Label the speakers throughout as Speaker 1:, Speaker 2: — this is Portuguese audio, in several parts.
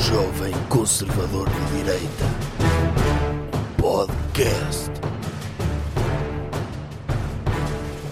Speaker 1: jovem conservador de direita. Podcast.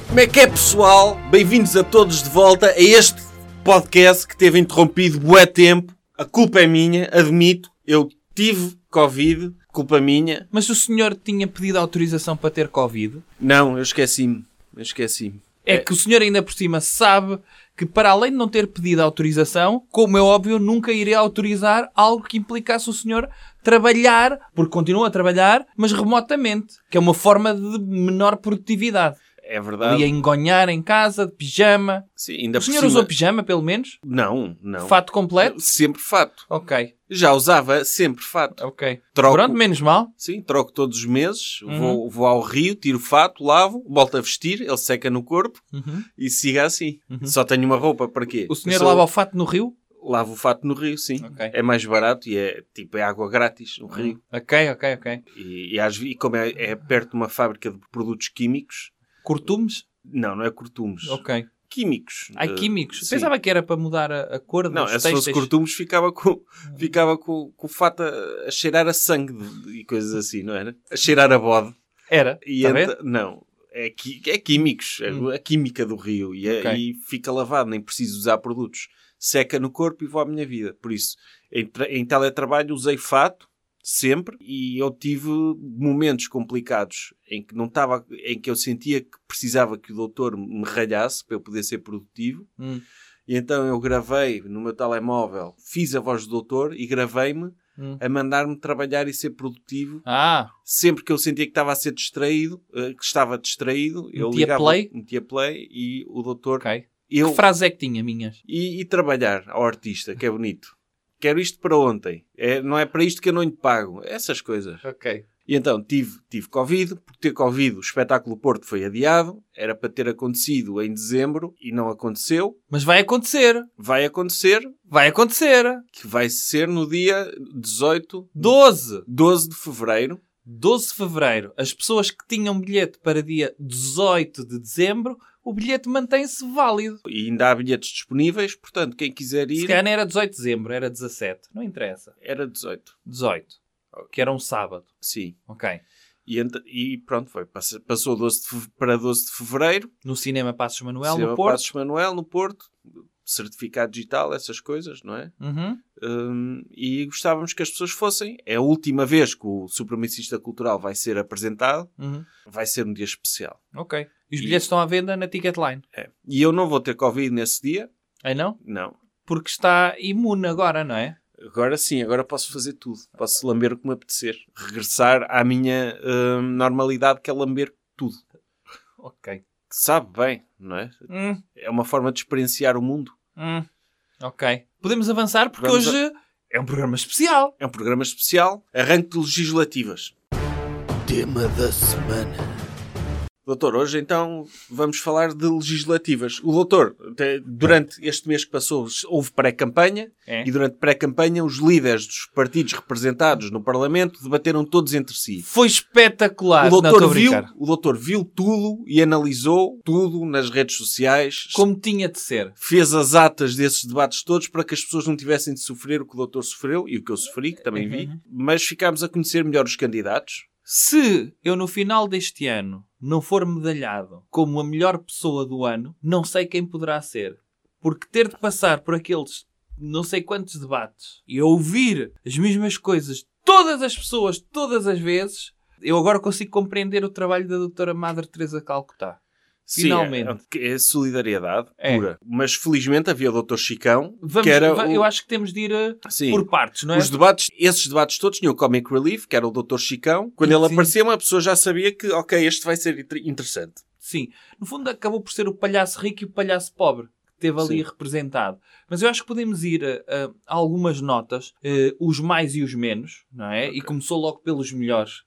Speaker 2: Como é que é, pessoal? Bem-vindos a todos de volta a este podcast que teve interrompido bué tempo. A culpa é minha, admito. Eu tive Covid, culpa minha.
Speaker 3: Mas o senhor tinha pedido autorização para ter Covid.
Speaker 2: Não, eu esqueci-me. Eu esqueci-me.
Speaker 3: É, que o senhor ainda por cima sabe que para além de não ter pedido autorização, como é óbvio, eu nunca irei autorizar algo que implicasse o senhor trabalhar, porque continua a trabalhar, mas remotamente, que é uma forma de menor produtividade.
Speaker 2: É
Speaker 3: Ali
Speaker 2: verdade.
Speaker 3: a engonhar em casa, de pijama.
Speaker 2: Sim, ainda
Speaker 3: O
Speaker 2: por
Speaker 3: senhor
Speaker 2: cima-
Speaker 3: usou pijama, pelo menos?
Speaker 2: Não, não.
Speaker 3: Fato completo?
Speaker 2: Sempre fato.
Speaker 3: Ok,
Speaker 2: Já usava sempre fato.
Speaker 3: ok.
Speaker 2: Troco.
Speaker 3: Pronto, menos mal.
Speaker 2: Sim, troco todos os meses.
Speaker 3: Uhum.
Speaker 2: Vou, vou ao rio, tiro fato, lavo, volto a vestir. Ele seca no corpo
Speaker 3: Uhum.
Speaker 2: e siga assim. Só tenho uma roupa. Para quê?
Speaker 3: O senhor
Speaker 2: Sou-
Speaker 3: lava o fato no rio?
Speaker 2: Lavo o fato no rio, sim.
Speaker 3: Ok.
Speaker 2: É mais barato e é tipo é água grátis no
Speaker 3: Hum.
Speaker 2: rio.
Speaker 3: Ok, ok, ok.
Speaker 2: E, e às ve- e como é, é perto de uma fábrica de produtos químicos,
Speaker 3: Curtumes?
Speaker 2: não, não é cortumes.
Speaker 3: Ok.
Speaker 2: Químicos.
Speaker 3: Ai,
Speaker 2: Eh,
Speaker 3: químicos.
Speaker 2: sim.
Speaker 3: Pensava que era para mudar a, a cor dos
Speaker 2: Não, é se fosse
Speaker 3: têxteis. Hum.
Speaker 2: cortumes ficava com, ficava com, com o fato a, a cheirar a sangue de- e coisas assim, não era? A cheirar a bode.
Speaker 3: Era.
Speaker 2: E
Speaker 3: está a ver?
Speaker 2: enta- Não. É, qui- é químicos, é
Speaker 3: Tá Hum.
Speaker 2: a química do rio e, é-
Speaker 3: Ok.
Speaker 2: e fica lavado, nem preciso usar produtos. Seca no corpo e vou à minha vida. Por isso, em, tra- em teletrabalho usei fato sempre e eu tive momentos complicados em que não estava, em que eu sentia que precisava que o doutor me ralhasse para eu poder ser produtivo.
Speaker 3: Hum.
Speaker 2: E então eu gravei no meu telemóvel, fiz a voz do doutor e gravei-me
Speaker 3: Hum.
Speaker 2: a mandar-me trabalhar e ser produtivo
Speaker 3: Ah,
Speaker 2: sempre que eu sentia que estava a ser distraído, eh, que estava distraído, eu
Speaker 3: Metia
Speaker 2: ligava,
Speaker 3: play?
Speaker 2: metia play e o doutor,
Speaker 3: ok.
Speaker 2: eu
Speaker 3: Que frase é que tinha, minhas?
Speaker 2: e, e trabalhar ao artista, que é bonito. Quero isto para ontem. É, não é para isto que eu não lhe pago. Essas coisas.
Speaker 3: Ok.
Speaker 2: E então tive, tive Covid, por ter Covid o espetáculo Porto foi adiado, era para ter acontecido em dezembro e não aconteceu.
Speaker 3: Mas vai acontecer.
Speaker 2: Vai acontecer,
Speaker 3: Vai acontecer.
Speaker 2: que vai ser no dia 18,
Speaker 3: 12.
Speaker 2: 12 de fevereiro.
Speaker 3: 12 de fevereiro. As pessoas que tinham bilhete para dia 18 de dezembro, o bilhete mantém-se válido.
Speaker 2: E ainda há bilhetes disponíveis, portanto, quem quiser ir.
Speaker 3: Se calhar não era 18 de dezembro, era 17. Não interessa.
Speaker 2: Era 18,
Speaker 3: 18. Que era um sábado.
Speaker 2: sim.
Speaker 3: Ok.
Speaker 2: E, ent- e pronto, foi. Passa- Passou 12 de fe- para 12 de fevereiro.
Speaker 3: No cinema Passos Manuel,
Speaker 2: Cinema
Speaker 3: no Porto.
Speaker 2: Passos Manuel, no Porto. Certificado digital, essas coisas, não é?
Speaker 3: Uhum.
Speaker 2: Hum, e gostávamos que as pessoas fossem. É a última vez que o Supremacista Cultural vai ser apresentado.
Speaker 3: Uhum.
Speaker 2: Vai ser um dia especial.
Speaker 3: Ok. E os
Speaker 2: E-
Speaker 3: bilhetes estão à venda na Ticketline.
Speaker 2: É. E eu não vou ter Covid nesse dia.
Speaker 3: Aí não?
Speaker 2: Não.
Speaker 3: Porque está imune agora, não é?
Speaker 2: Agora sim, agora posso fazer tudo. Posso lamber o que me apetecer. Regressar à minha hum, normalidade, que é lamber tudo.
Speaker 3: Ok.
Speaker 2: Que sabe bem, não é?
Speaker 3: Hum.
Speaker 2: É uma forma de experienciar o mundo.
Speaker 3: Hum, ok. Podemos avançar porque
Speaker 2: Vamos
Speaker 3: hoje é um programa especial.
Speaker 2: É um programa especial. Arranque de legislativas.
Speaker 1: Tema da semana.
Speaker 2: Doutor, hoje então vamos falar de legislativas. O doutor, te- durante este mês que passou, houve pré-campanha
Speaker 3: É.
Speaker 2: e durante pré-campanha os líderes dos partidos representados no Parlamento debateram todos entre si.
Speaker 3: Foi espetacular.
Speaker 2: o,
Speaker 3: Ah, não, estou
Speaker 2: doutor
Speaker 3: a
Speaker 2: viu,
Speaker 3: brincar.
Speaker 2: o doutor viu tudo e analisou tudo nas redes sociais.
Speaker 3: Como tinha de ser.
Speaker 2: Fez as atas desses debates todos para que as pessoas não tivessem de sofrer o que o doutor sofreu e o que eu sofri, que também vi.
Speaker 3: Uhum.
Speaker 2: Mas ficámos a conhecer melhor os candidatos.
Speaker 3: Se eu no final deste ano não for medalhado como a melhor pessoa do ano, não sei quem poderá ser. Porque ter de passar por aqueles não sei quantos debates e ouvir as mesmas coisas de todas as pessoas, todas as vezes, eu agora consigo compreender o trabalho da doutora Madre Teresa de Calcutá.
Speaker 2: Sim,
Speaker 3: Finalmente.
Speaker 2: é- é, solidariedade
Speaker 3: É.
Speaker 2: pura. Mas felizmente havia o Dr. Chicão,
Speaker 3: Vamos,
Speaker 2: que era.
Speaker 3: va-
Speaker 2: o-
Speaker 3: Eu acho que temos de ir eh,
Speaker 2: Sim.
Speaker 3: por partes, não é?
Speaker 2: Os debates, esses debates todos tinham o Comic Relief, que era o Dr. Chicão. Quando ele
Speaker 3: Sim.
Speaker 2: aparecia, uma pessoa já sabia que, ok, este vai ser inter- interessante.
Speaker 3: Sim. No fundo, acabou por ser o palhaço rico e o palhaço pobre que teve ali
Speaker 2: Sim.
Speaker 3: representado. Mas eu acho que podemos ir a, a algumas notas, eh, os mais e os menos, não é? E começou logo pelos melhores.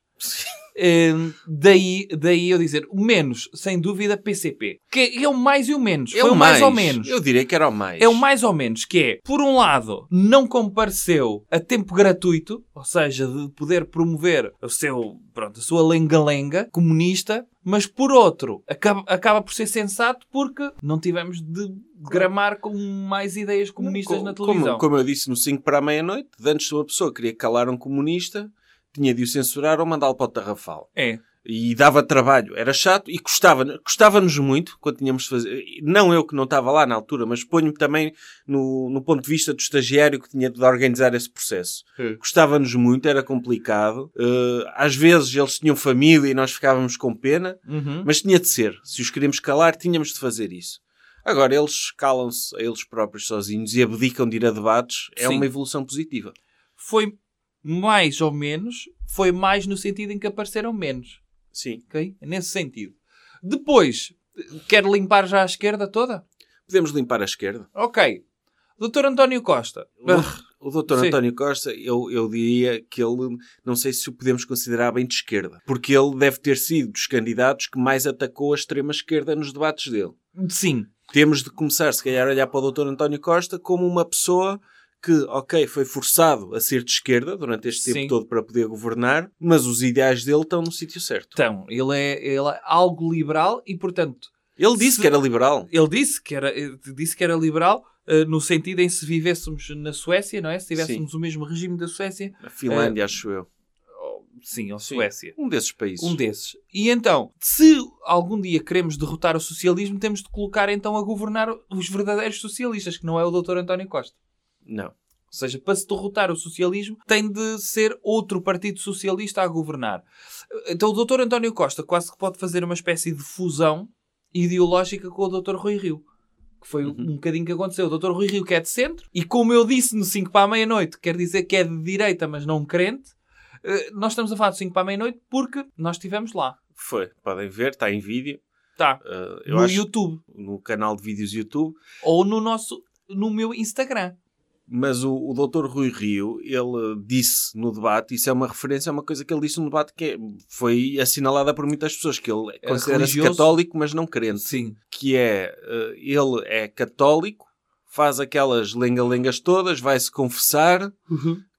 Speaker 3: Hum, daí, daí eu dizer, o menos, sem dúvida, PCP. Que é o mais e o menos.
Speaker 2: É
Speaker 3: Foi
Speaker 2: o
Speaker 3: o mais, ou menos.
Speaker 2: Eu diria que era o mais.
Speaker 3: É o mais ou menos, que é, por um lado, não compareceu a tempo gratuito, ou seja, de poder promover o seu, pronto, a sua lenga-lenga comunista, mas por outro, acaba, acaba por ser sensato porque não tivemos de gramar com mais ideias comunistas
Speaker 2: Co-
Speaker 3: na
Speaker 2: como-
Speaker 3: televisão.
Speaker 2: Como, eu disse no 5 para a meia-noite, de antes se uma pessoa queria calar um comunista, tinha de o censurar ou mandá-lo para o tarrafal.
Speaker 3: É.
Speaker 2: E dava trabalho, era chato e custava- custava-nos muito quando tínhamos de fazer. Não eu que não estava lá na altura, mas ponho-me também no, no ponto de vista do estagiário que tinha de organizar esse processo.
Speaker 3: É.
Speaker 2: Custava-nos muito, era complicado. Eh, às vezes eles tinham família e nós ficávamos com pena.
Speaker 3: Uhum.
Speaker 2: Mas tinha de ser. Se os queríamos calar, tínhamos de fazer isso. Agora, eles calam-se a eles próprios sozinhos e abdicam de ir a debates. É
Speaker 3: Sim.
Speaker 2: uma evolução positiva.
Speaker 3: Foi mais ou menos, foi mais no sentido em que apareceram menos.
Speaker 2: Sim.
Speaker 3: Ok? Nesse sentido. Depois, quer limpar já a esquerda toda?
Speaker 2: Podemos limpar a esquerda.
Speaker 3: Ok. Doutor António Costa.
Speaker 2: O doutor
Speaker 3: Sim.
Speaker 2: António Costa, eu, eu diria que ele, não sei se o podemos considerar bem de esquerda, porque ele deve ter sido dos candidatos que mais atacou a extrema-esquerda nos debates dele.
Speaker 3: Sim.
Speaker 2: temos de começar, se calhar, a olhar para o Dr. António Costa como uma pessoa que, ok, foi forçado a ser de esquerda durante este tempo
Speaker 3: Sim.
Speaker 2: todo para poder governar, mas os ideais dele estão no sítio certo.
Speaker 3: Então, ele é, ele é algo liberal e, portanto,
Speaker 2: Ele disse
Speaker 3: Se-
Speaker 2: que era liberal.
Speaker 3: ele disse que era, eh, disse que era liberal eh, no sentido em se vivêssemos na Suécia, não é? Se tivéssemos o mesmo regime da Suécia.
Speaker 2: A Finlândia, acho eu.
Speaker 3: ou- sim, ou
Speaker 2: Sim.
Speaker 3: Suécia.
Speaker 2: É. Um desses países.
Speaker 3: Um desses. E então, se algum dia queremos derrotar o socialismo, temos de colocar então a governar os verdadeiros socialistas, que não é o Dr. António Costa.
Speaker 2: Não.
Speaker 3: Ou seja, para se derrotar o socialismo, tem de ser outro partido socialista a governar. Então o Dr. António Costa quase que pode fazer uma espécie de fusão ideológica com o Dr. Rui Rio. Que foi
Speaker 2: Uhum.
Speaker 3: um bocadinho que aconteceu. O Dr. Rui Rio que é de centro, e como eu disse no 5 para a meia-noite, quer dizer que é de direita, mas não crente, eh, nós estamos a falar do 5 para a meia-noite porque nós estivemos lá.
Speaker 2: Foi. Podem ver, está em vídeo.
Speaker 3: Tá.
Speaker 2: Uh, eu
Speaker 3: No
Speaker 2: acho
Speaker 3: YouTube.
Speaker 2: no canal de vídeos YouTube.
Speaker 3: Ou no nosso no meu Instagram.
Speaker 2: Mas o, o Dr. Rui Rio, ele disse no debate, isso é uma referência a uma coisa que ele disse no debate que é- foi assinalada por muitas pessoas, que ele considera-se
Speaker 3: religioso.
Speaker 2: católico, mas não crente.
Speaker 3: Sim.
Speaker 2: que é eh, ele é católico, faz aquelas lenga-lengas todas, vai-se confessar,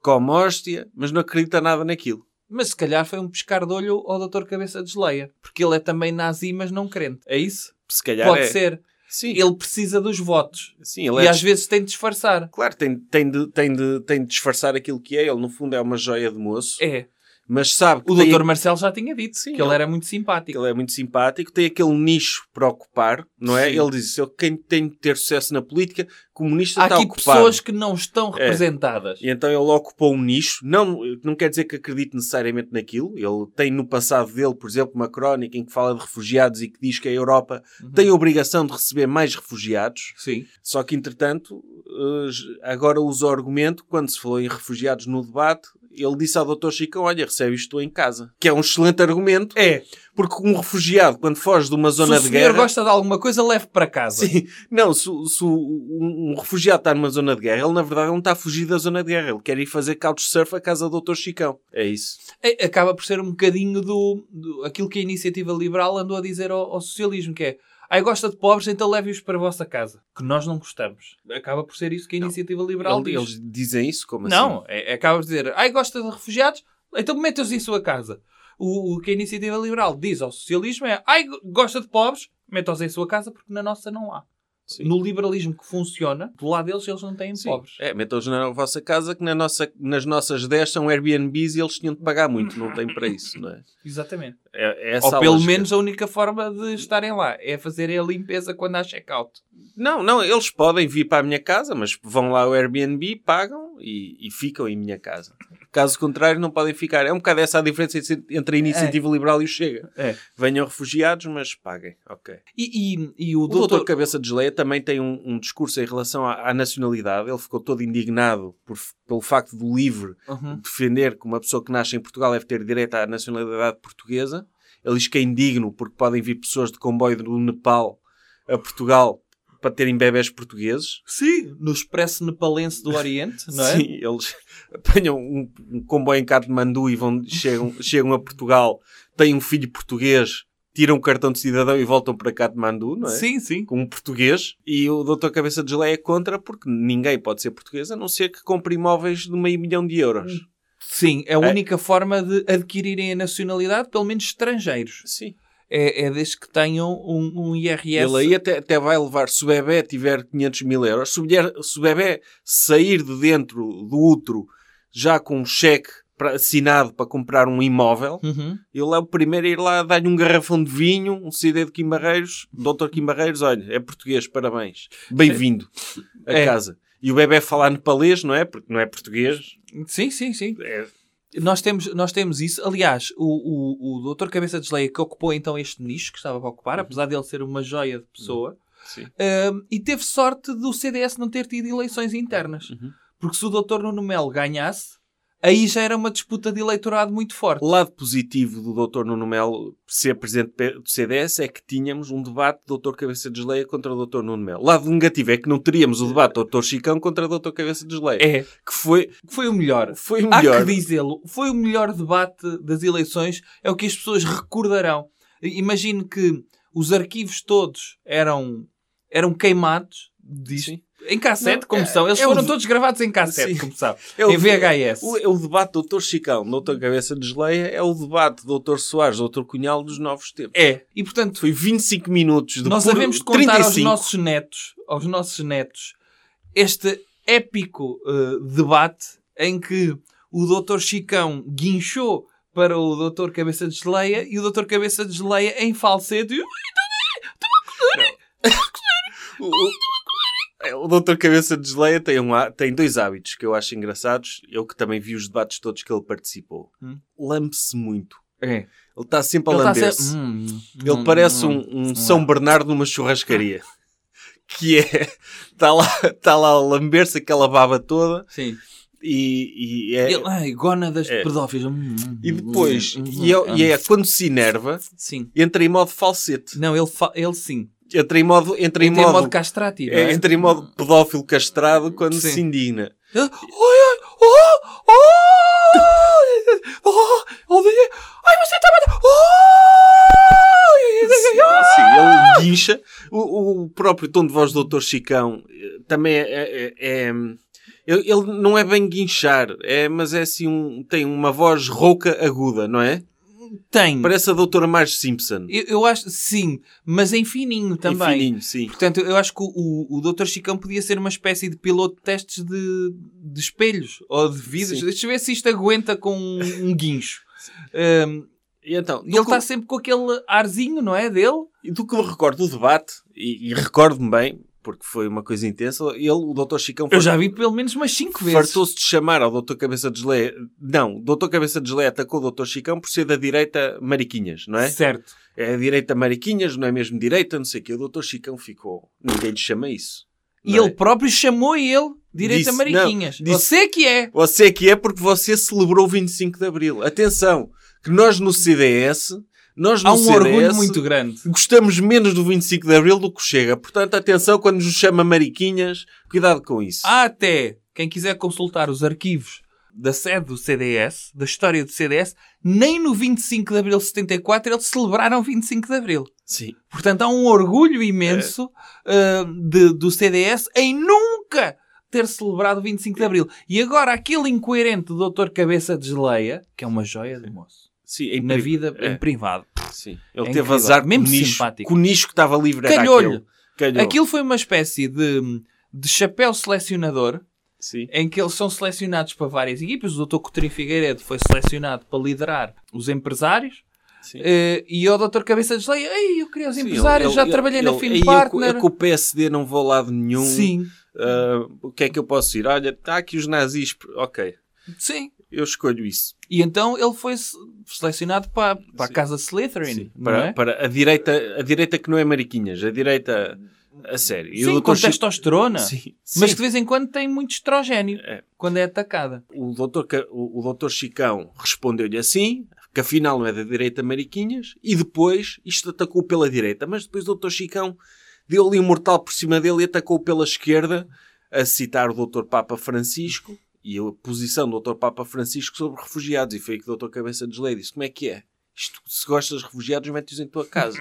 Speaker 2: come hóstia, mas não acredita nada naquilo.
Speaker 3: Mas se calhar foi um pescar de olho ao Dr. Cabeça de Geleia. Porque ele é também nazi, mas não crente. É isso?
Speaker 2: Se calhar
Speaker 3: Pode
Speaker 2: é.
Speaker 3: ser.
Speaker 2: Sim, ele,
Speaker 3: Ele precisa dos votos.
Speaker 2: sim, ele
Speaker 3: e
Speaker 2: é.
Speaker 3: às vezes tem de disfarçar.
Speaker 2: Claro, tem, tem, de, tem, de, tem de disfarçar aquilo que é. Ele, no fundo, é uma joia de moço,
Speaker 3: É.
Speaker 2: mas sabe que,
Speaker 3: O
Speaker 2: tem-
Speaker 3: Dr. Marcelo já tinha dito
Speaker 2: é Sim,
Speaker 3: que ele
Speaker 2: ele-
Speaker 3: era muito
Speaker 2: que
Speaker 3: simpático.
Speaker 2: ele é muito simpático, tem aquele nicho para ocupar, não é?
Speaker 3: Sim.
Speaker 2: Ele diz: eu quem tem de ter sucesso na política, comunista
Speaker 3: Há
Speaker 2: está
Speaker 3: aqui
Speaker 2: ocupado. É.
Speaker 3: pessoas que não estão representadas.
Speaker 2: E então ele ocupou um nicho. Não, não quer dizer que acredite necessariamente naquilo. Ele tem no passado dele, por exemplo, uma crónica em que fala de refugiados e que diz que a Europa
Speaker 3: Uhum.
Speaker 2: tem a obrigação de receber mais refugiados.
Speaker 3: Sim.
Speaker 2: Só que, entretanto, eh, agora usa o argumento, quando se falou em refugiados no debate, ele disse ao Dr. Chicão, olha, recebe isto em casa. Que é um excelente argumento,
Speaker 3: É.
Speaker 2: porque um refugiado, quando foge de uma zona
Speaker 3: Se
Speaker 2: de
Speaker 3: o senhor
Speaker 2: guerra...
Speaker 3: gosta de alguma coisa, leve para casa.
Speaker 2: Sim, não, se, se um um refugiado está numa zona de guerra, ele na verdade não está a fugir da zona de guerra, ele quer ir fazer couchsurf à casa do Dr. Chicão. É isso.
Speaker 3: É, Acaba por ser um bocadinho do, do- aquilo que a iniciativa liberal andou a dizer ao, ao socialismo, que é Ai, gosta de pobres, então leve-os para a vossa casa. Que nós não gostamos. Acaba por ser isso que a iniciativa liberal
Speaker 2: Ele-
Speaker 3: diz.
Speaker 2: eles dizem isso como assim?
Speaker 3: Não, é, é- acaba de dizer, ai, gosta de refugiados? Então meta-os em sua casa. O, o que a iniciativa liberal diz ao socialismo é, ai, go- gosta de pobres? Meta-os em sua casa porque na nossa não há.
Speaker 2: Sim.
Speaker 3: No liberalismo que funciona, do lado deles, eles não têm
Speaker 2: Sim.
Speaker 3: pobres.
Speaker 2: É, metam-os na vossa casa que na nossa, nas nossas 10 são Airbnbs e eles tinham de pagar muito, não tem para isso, não é?
Speaker 3: Exatamente.
Speaker 2: é, é essa
Speaker 3: Ou
Speaker 2: a
Speaker 3: pelo
Speaker 2: lógica.
Speaker 3: menos a única forma de estarem lá é fazerem a limpeza quando há check-out.
Speaker 2: Não, não, eles podem vir para a minha casa, mas vão lá ao Airbnb, pagam e, e ficam em minha casa. Caso contrário, não podem ficar. É um bocado essa a diferença entre a iniciativa liberal e o Chega.
Speaker 3: É.
Speaker 2: Venham refugiados, mas paguem. Ok.
Speaker 3: E, e- e o,
Speaker 2: O doutor,
Speaker 3: doutor...
Speaker 2: Cabeça de Geleia também tem um, um discurso em relação à, à nacionalidade. Ele ficou todo indignado por- pelo facto do LIVRE
Speaker 3: Uhum.
Speaker 2: defender que uma pessoa que nasce em Portugal deve ter direito à nacionalidade portuguesa. Ele diz que é indigno porque podem vir pessoas de comboio do Nepal a Portugal para terem bebés portugueses.
Speaker 3: Sim, no expresso nepalense do Oriente, não é?
Speaker 2: Sim, eles apanham um, um comboio em Katmandu e vão, chegam, chegam a Portugal, têm um filho português, tiram o cartão de cidadão e voltam para Katmandu, não é?
Speaker 3: Sim, sim.
Speaker 2: Com um português. E o doutor Cabeça de Geleia é contra, porque ninguém pode ser português, a não ser que compre imóveis de meio milhão de euros.
Speaker 3: Hum. Sim, é a única forma de adquirirem a nacionalidade, pelo menos estrangeiros.
Speaker 2: Sim.
Speaker 3: É, é desde que tenham um, um IRS.
Speaker 2: Ele aí é até, até vai levar, se o bebê tiver 500 mil euros, se o, mulher- se o bebê sair de dentro do útero já com um cheque para- assinado para comprar um imóvel,
Speaker 3: Uhum.
Speaker 2: Ele é o primeiro a ir lá dar-lhe um garrafão de vinho, um CD de Quimbarreiros. Doutor Quimbarreiros, olha, é português, parabéns. Bem-vindo a
Speaker 3: É.
Speaker 2: casa. E o bebê falar nepalês, não é? Porque não é português.
Speaker 3: Sim, sim, sim.
Speaker 2: É,
Speaker 3: Nós temos, nós temos isso. Aliás, o, o, o Dr. Cabeça de Desleia, que ocupou então este nicho que estava a ocupar,
Speaker 2: Uhum.
Speaker 3: apesar dele ser uma joia de pessoa,
Speaker 2: sim. Uhum.
Speaker 3: hum, e teve sorte do CDS não ter tido eleições internas.
Speaker 2: Uhum.
Speaker 3: Porque se o Dr. Nuno Melo ganhasse, aí já era uma disputa de eleitorado muito forte.
Speaker 2: O lado positivo do doutor Nuno Melo ser presidente pe- do CDS é que tínhamos um debate do doutor Cabeça de Desleia contra o doutor Nuno Melo. O lado negativo é que não teríamos o debate do doutor Chicão contra o doutor Cabeça de Desleia.
Speaker 3: É,
Speaker 2: Que foi,
Speaker 3: foi o melhor.
Speaker 2: foi o
Speaker 3: Há
Speaker 2: melhor.
Speaker 3: que dizê-lo, foi o melhor debate das eleições, é o que as pessoas recordarão. Imagino que os arquivos todos eram, eram queimados disto.
Speaker 2: Sim.
Speaker 3: Em cassete,
Speaker 2: Não,
Speaker 3: como
Speaker 2: é-
Speaker 3: são. Eles
Speaker 2: é
Speaker 3: foram
Speaker 2: o-
Speaker 3: todos gravados em cassete,
Speaker 2: Sim.
Speaker 3: como sabe.
Speaker 2: É o-
Speaker 3: em VHS.
Speaker 2: O, é o debate do Dr. Chicão, Dr. Cabeça de Geleia, é o debate do Dr. Soares, Dr. Cunhal dos novos tempos.
Speaker 3: É. E, portanto,
Speaker 2: Foi 25 minutos de
Speaker 3: nós
Speaker 2: puro-
Speaker 3: havemos de contar
Speaker 2: 35.
Speaker 3: aos nossos netos, aos nossos netos, este épico eh, debate em que o Dr. Chicão guinchou para o Dr. Cabeça de Geleia e o Dr. Cabeça de Geleia em falsete.
Speaker 2: O, o- é, o Dr. Cabeça de Geleia tem, um há- tem dois hábitos que eu acho engraçados. Eu que também vi os debates todos que ele participou.
Speaker 3: Hum.
Speaker 2: Lambe-se muito.
Speaker 3: É.
Speaker 2: Ele está sempre a
Speaker 3: Ele, tá
Speaker 2: lamber-se.
Speaker 3: sempre- Hum,
Speaker 2: Ele
Speaker 3: hum,
Speaker 2: parece
Speaker 3: hum.
Speaker 2: um, um São Bernardo numa churrascaria. Que é... Está lá, está lá a lamber-se aquela baba toda
Speaker 3: Sim.
Speaker 2: e, e um- é...
Speaker 3: Ele, ai, gónadas de
Speaker 2: É.
Speaker 3: pedófilos. Hum, hum,
Speaker 2: E depois,
Speaker 3: hum,
Speaker 2: e, é,
Speaker 3: hum.
Speaker 2: e é quando se enerva,
Speaker 3: Sim.
Speaker 2: entra em modo falsete.
Speaker 3: Não, ele, fa- ele sim.
Speaker 2: Entra em modo, entra em
Speaker 3: Ele tem
Speaker 2: modo,
Speaker 3: modo castrativo.
Speaker 2: é,
Speaker 3: não é?
Speaker 2: entra em modo pedófilo castrado quando
Speaker 3: Sim.
Speaker 2: se indigna.
Speaker 3: Ele- Oi, oi, oh, oh, oh, oh, de- ai, você está matando,
Speaker 2: Sim,
Speaker 3: oh,
Speaker 2: sim, ele guincha. O, o próprio tom de voz do Dr. Chicão eh, também é. é- é- é- ele, ele não é bem guinchar, é, mas é assim, um, tem uma voz rouca aguda, não é?
Speaker 3: tem,
Speaker 2: Parece a Doutora Marge Simpson.
Speaker 3: eu, eu acho, sim, mas em fininho também,
Speaker 2: Fininho, sim.
Speaker 3: portanto, eu acho que o, o, o Dr. Chicão podia ser uma espécie de piloto de testes de, de espelhos, ou de vidros,
Speaker 2: Sim.
Speaker 3: deixa eu ver se isto aguenta com um, um guincho, Ahm,
Speaker 2: E então,
Speaker 3: e ele está sempre com aquele arzinho, não é, dele?
Speaker 2: E do que me recordo do debate, e, e recordo-me bem, porque foi uma coisa intensa, ele, o Dr. Chicão,
Speaker 3: Eu já vi pelo menos umas 5 vezes.
Speaker 2: fartou-se de chamar ao Dr. Cabeça de Geleia. Não, o Dr. Cabeça de Geleia atacou o Dr. Chicão por ser da direita Mariquinhas, não é?
Speaker 3: Certo.
Speaker 2: É a direita Mariquinhas, não é mesmo direita, não sei o quê. O Dr. Chicão ficou. Ninguém lhe chama isso.
Speaker 3: E
Speaker 2: não
Speaker 3: ele
Speaker 2: é?
Speaker 3: próprio chamou ele direito
Speaker 2: Disse-
Speaker 3: a Mariquinhas.
Speaker 2: não, disse-
Speaker 3: Você que é.
Speaker 2: Você é que é porque você celebrou o 25 de Abril. Atenção, que nós no CDS, nós no
Speaker 3: Há um
Speaker 2: CDS,
Speaker 3: orgulho muito grande.
Speaker 2: gostamos menos do 25 de Abril do que o Chega. Portanto, atenção quando nos chama mariquinhas, cuidado com isso.
Speaker 3: Há até, quem quiser consultar os arquivos da sede do CDS, da história do CDS, nem no 25 de Abril de 74 eles celebraram 25 de Abril.
Speaker 2: Sim.
Speaker 3: Portanto, há um orgulho imenso
Speaker 2: É.
Speaker 3: ah, de- do CDS em nunca ter celebrado o 25 de Abril. E agora, aquele incoerente doutor Cabeça de Geleia, que é uma joia de moço,
Speaker 2: Sim, em
Speaker 3: na
Speaker 2: pri-
Speaker 3: vida em
Speaker 2: é.
Speaker 3: privado,
Speaker 2: Sim.
Speaker 3: É
Speaker 2: Ele
Speaker 3: incrível.
Speaker 2: teve azar
Speaker 3: Mesmo
Speaker 2: com o nicho,
Speaker 3: simpático.
Speaker 2: que o nicho que estava livre era
Speaker 3: calhou-lhe.
Speaker 2: aquele. Calhou.
Speaker 3: Aquilo foi uma espécie de, de chapéu selecionador
Speaker 2: Sim.
Speaker 3: em que eles são selecionados para várias equipas. O Dr. Coutinho Figueiredo foi selecionado para liderar os empresários
Speaker 2: Sim.
Speaker 3: eh, e o Dr. Cabeça de Leia, Ei, eu queria os
Speaker 2: Sim,
Speaker 3: empresários,
Speaker 2: ele-
Speaker 3: já
Speaker 2: ele-
Speaker 3: trabalhei na
Speaker 2: ele- um-
Speaker 3: Fim
Speaker 2: aí eu co-
Speaker 3: Partner.
Speaker 2: Eu com o PSD não vou a lado nenhum.
Speaker 3: Sim,
Speaker 2: Ah, o que é que eu posso ir? Olha, está aqui os nazis. Ok,
Speaker 3: sim.
Speaker 2: eu escolho isso.
Speaker 3: E então ele foi se- selecionado para, para a
Speaker 2: Sim.
Speaker 3: casa Slytherin,
Speaker 2: Sim.
Speaker 3: não
Speaker 2: Para,
Speaker 3: é?
Speaker 2: para a direita a direita que não é mariquinhas, a direita a sério. E
Speaker 3: Sim,
Speaker 2: o
Speaker 3: com
Speaker 2: Dr. Chico-
Speaker 3: testosterona.
Speaker 2: Sim,
Speaker 3: Mas
Speaker 2: sim.
Speaker 3: de vez em quando tem muito estrogênio
Speaker 2: É.
Speaker 3: quando é atacada.
Speaker 2: o doutor, Ca- o, o doutor Chicão respondeu-lhe assim, que afinal não é da direita Mariquinhas, e depois isto atacou pela direita. Mas depois o doutor Chicão deu-lhe um mortal por cima dele e atacou pela esquerda, a citar o Dr. Papa Francisco e a posição do Dr. Papa Francisco sobre refugiados. E foi aí que o Dr. Cabeça de Lei disse: Como é que é? Isto, se gostas de refugiados, mete-os em tua casa.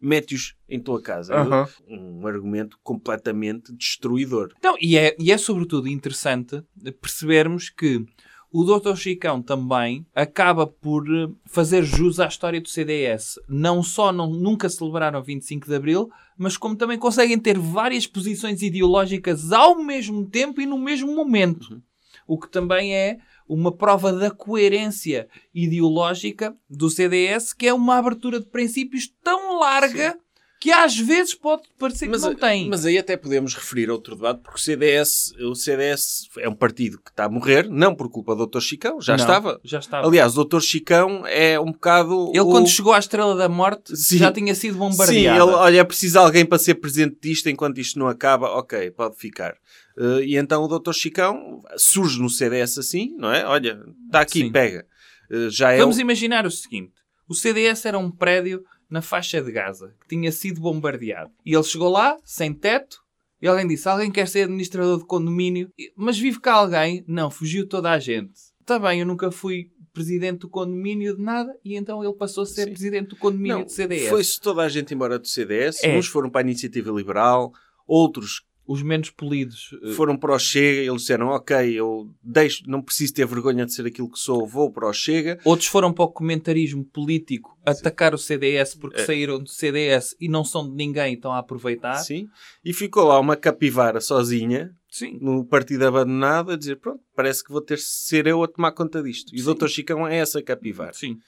Speaker 2: Mete-os em tua casa.
Speaker 4: Aham.
Speaker 2: Um argumento completamente destruidor.
Speaker 3: Não, e é, e é sobretudo interessante percebermos que o Dr. Chicão também acaba por eh, fazer jus à história do CDS. Não só não, nunca celebraram 25 de Abril, mas como também conseguem ter várias posições ideológicas ao mesmo tempo e no mesmo momento.
Speaker 2: Uhum.
Speaker 3: O que também é uma prova da coerência ideológica do CDS, que é uma abertura de princípios tão larga que às vezes pode parecer que não tem.
Speaker 2: mas aí até podemos referir a outro debate, porque o CDS, o CDS é um partido que está a morrer, não por culpa do Dr. Chicão, já
Speaker 3: Não,
Speaker 2: estava.
Speaker 3: Já estava.
Speaker 2: Aliás, o Dr. Chicão é um bocado.
Speaker 3: Ele,
Speaker 2: o-
Speaker 3: quando chegou à Estrela da Morte,
Speaker 2: Sim.
Speaker 3: já tinha sido
Speaker 2: Sim, ele,
Speaker 3: bombardeado.
Speaker 2: olha, é preciso alguém para ser presidente disto enquanto isto não acaba, ok, pode ficar. Eh, e então o Dr. Chicão surge no CDS assim, não é? Olha, está aqui,
Speaker 3: Sim.
Speaker 2: pega. Eh, já é
Speaker 3: Vamos
Speaker 2: um-
Speaker 3: imaginar o seguinte: o CDS era um prédio na faixa de Gaza que tinha sido bombardeado. E ele chegou lá, sem teto, e alguém disse: Alguém quer ser administrador de condomínio? E- Mas vive cá alguém? Não, fugiu toda a gente. Está bem, eu nunca fui presidente do condomínio de nada, e então ele passou a ser
Speaker 2: Sim.
Speaker 3: presidente do condomínio
Speaker 2: Não,
Speaker 3: do CDS.
Speaker 2: Foi-se toda a gente embora do CDS,
Speaker 3: É.
Speaker 2: uns foram para a Iniciativa Liberal, outros
Speaker 3: Os menos polidos. eh,
Speaker 2: foram para o Chega, eles disseram, ok, eu deixo, não preciso ter vergonha de ser aquilo que sou, vou para o Chega.
Speaker 3: Outros foram para o comentarismo político atacar o CDS
Speaker 2: É.
Speaker 3: porque saíram do CDS e não são de ninguém e estão a aproveitar.
Speaker 2: Sim. E ficou lá uma capivara sozinha,
Speaker 3: Sim.
Speaker 2: no partido abandonado, a dizer, pronto, parece que vou ter de ser eu a tomar conta disto. E o
Speaker 3: Sim.
Speaker 2: Dr. Chicão é essa capivara.
Speaker 3: Sim.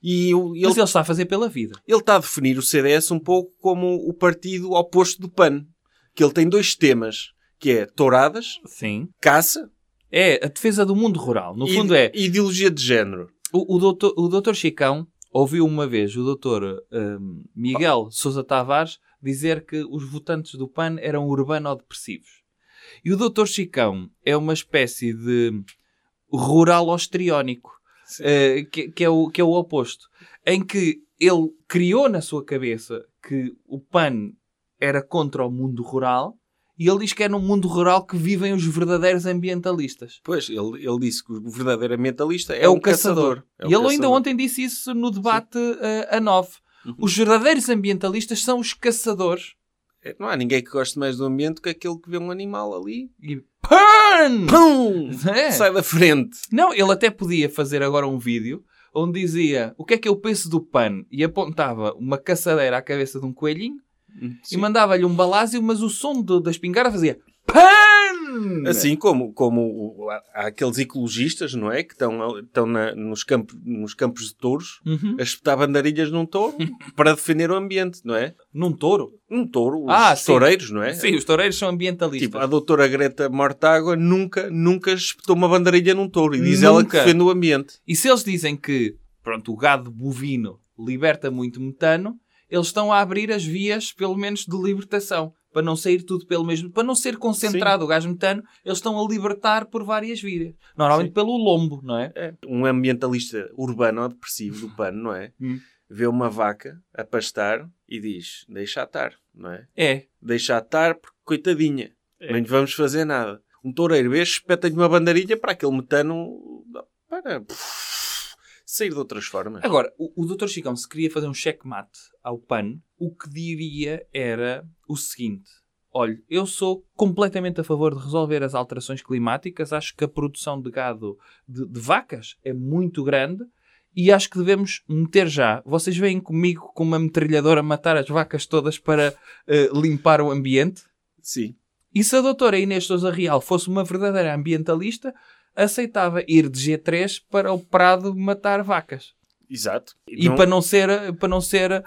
Speaker 2: E o- ele,
Speaker 3: Mas ele está a fazer pela vida.
Speaker 2: ele está a definir o CDS um pouco como o partido oposto do PAN. Que ele tem dois temas, que é touradas,
Speaker 3: Sim.
Speaker 2: caça
Speaker 3: É a defesa do mundo rural. No
Speaker 2: e
Speaker 3: fundo é.
Speaker 2: e ideologia de género.
Speaker 3: O, o, doutor, o doutor Chicão ouviu uma vez o doutor hum, Miguel Sousa Tavares dizer que os votantes do PAN eram urbano-depressivos. E o doutor Chicão é uma espécie de rural austriónico, eh, que, que é o, que é o oposto, em que ele criou na sua cabeça que o PAN era contra o mundo rural e ele diz que é no mundo rural que vivem os verdadeiros ambientalistas.
Speaker 2: Pois, ele, ele disse que o verdadeiro mentalista é,
Speaker 3: É
Speaker 2: um
Speaker 3: um caçador.
Speaker 2: caçador. É um
Speaker 3: e ele ainda
Speaker 2: caçador.
Speaker 3: ontem disse isso no debate eh, a 9.
Speaker 2: Uhum.
Speaker 3: Os verdadeiros ambientalistas são os caçadores.
Speaker 2: É, Não há ninguém que goste mais do ambiente que aquele que vê um animal ali.
Speaker 3: E PAN!
Speaker 2: Pum!
Speaker 3: Hum. É.
Speaker 2: Sai da frente.
Speaker 3: Não, ele até podia fazer agora um vídeo onde dizia o que é que eu penso do PAN e apontava uma caçadeira à cabeça de um coelhinho e mandava-lhe um balásio, mas o som do- da espingarda fazia PAN!
Speaker 2: Assim como, como o- há há aqueles ecologistas, não é? Que estão, ali- estão na- nos, campos, nos campos de touros
Speaker 3: Uhum.
Speaker 2: a espetar bandarilhas num touro para defender o ambiente, não é?
Speaker 3: Num touro?
Speaker 2: Um touro, os
Speaker 3: Ah, sim.
Speaker 2: toureiros, não é?
Speaker 3: Sim, os toureiros são ambientalistas.
Speaker 2: Tipo, a doutora Greta Mortágua nunca, nunca espetou uma bandarilha num touro e diz ela que
Speaker 3: Nunca.
Speaker 2: defende o ambiente.
Speaker 3: E se eles dizem que, pronto, o gado bovino liberta muito metano, eles estão a abrir as vias, pelo menos, de libertação. Para não sair tudo pelo mesmo... Para não ser concentrado o gás metano, eles estão a libertar por várias vias. Normalmente
Speaker 2: Sim.
Speaker 3: pelo lombo, não é?
Speaker 2: Um ambientalista urbano ou depressivo do pano, não é?
Speaker 3: Hum.
Speaker 2: Vê uma vaca a pastar e diz: deixa estar, não é?
Speaker 3: É.
Speaker 2: deixa estar, porque coitadinha, não lhe vamos fazer nada. Um toureiro vês, espeta-lhe uma bandarilha para aquele metano para puf, sair de outras formas.
Speaker 3: Agora, o, o Dr. Chicão, se queria fazer um checkmate ao PAN, o que diria era o seguinte. Olha, eu sou completamente a favor de resolver as alterações climáticas. Acho que a produção de gado de, de vacas é muito grande e acho que devemos meter já. Vocês vêm comigo com uma metralhadora matar as vacas todas para eh, limpar o ambiente?
Speaker 2: Sim.
Speaker 3: E se a doutora Inês Sousa Real fosse uma verdadeira ambientalista, aceitava ir de G3 para o Prado matar vacas.
Speaker 2: Exato.
Speaker 3: E para não ser, para não ser ah,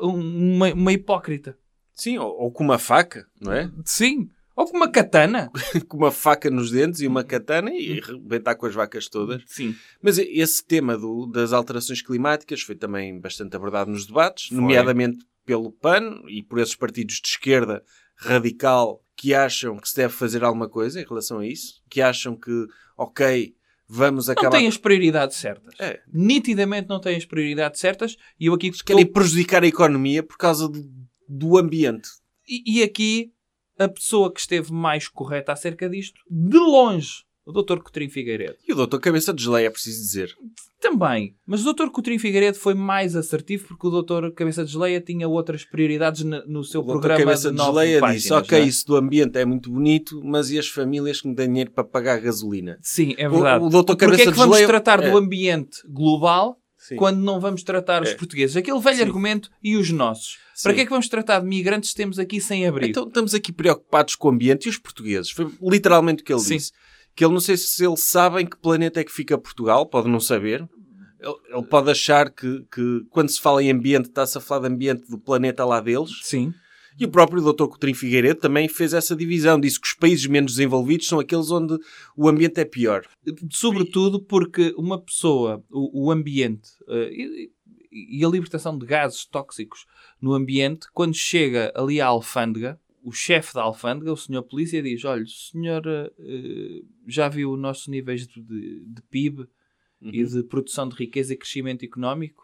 Speaker 3: uma, uma hipócrita.
Speaker 2: Sim, ou, ou com uma faca, não é?
Speaker 3: Sim. Ou com uma katana.
Speaker 2: com uma faca nos dentes e uma katana e rebentar com as vacas todas.
Speaker 3: Uhum. Sim.
Speaker 2: Mas e- esse tema do- das alterações climáticas foi também bastante abordado nos debates,
Speaker 3: Foi.
Speaker 2: nomeadamente pelo PAN e por esses partidos de esquerda radical que acham que se deve fazer alguma coisa em relação a isso, que acham que, ok, vamos
Speaker 3: Não
Speaker 2: acabar.
Speaker 3: têm as prioridades certas.
Speaker 2: É.
Speaker 3: Nitidamente não têm as prioridades certas. E eu aqui
Speaker 2: Querem prejudicar a economia por causa do, do ambiente.
Speaker 3: E, e aqui a pessoa que esteve mais correta acerca disto, de longe, o Dr. Coutinho Figueiredo.
Speaker 2: E o doutor Cabeça de Geleia, é preciso dizer.
Speaker 3: Também. Mas o Dr. Coutinho Figueiredo foi mais assertivo porque o Dr. Cabeça de Geleia tinha outras prioridades na- no seu
Speaker 2: O doutor
Speaker 3: programa
Speaker 2: Cabeça de
Speaker 3: nove
Speaker 2: Geleia
Speaker 3: páginas,
Speaker 2: disse, ok,
Speaker 3: não é?
Speaker 2: isso do ambiente é muito bonito, mas e as famílias que não têm dinheiro para pagar a gasolina?
Speaker 3: Sim, é verdade.
Speaker 2: O, o doutor
Speaker 3: Porque
Speaker 2: Cabeça
Speaker 3: é que
Speaker 2: de
Speaker 3: vamos
Speaker 2: Geleia...
Speaker 3: tratar
Speaker 2: É,
Speaker 3: do ambiente global
Speaker 2: sim.
Speaker 3: quando não vamos tratar os
Speaker 2: É.
Speaker 3: portugueses? Aquele velho
Speaker 2: Sim.
Speaker 3: argumento e os nossos.
Speaker 2: Sim.
Speaker 3: Para que é que vamos tratar de migrantes que temos aqui sem abrigo?
Speaker 2: Então estamos aqui preocupados com o ambiente e os portugueses. Foi literalmente o que ele
Speaker 3: Sim.
Speaker 2: disse. Que ele não sei se ele sabe em que planeta é que fica Portugal, pode não saber. Ele, ele pode achar que, que quando se fala em ambiente está-se a falar de ambiente do planeta lá deles.
Speaker 3: Sim.
Speaker 2: E o próprio Dr. Coutinho Figueiredo também fez essa divisão. Disse que os países menos desenvolvidos são aqueles onde o ambiente é pior.
Speaker 3: Sobretudo porque uma pessoa, o, o ambiente eh, e, e a libertação de gases tóxicos no ambiente, quando chega ali à alfândega, o chefe da alfândega, o senhor polícia, diz: Olha, o senhor eh, já viu os nossos níveis de, de- de PIB
Speaker 2: Uhum.
Speaker 3: e de produção de riqueza e crescimento económico?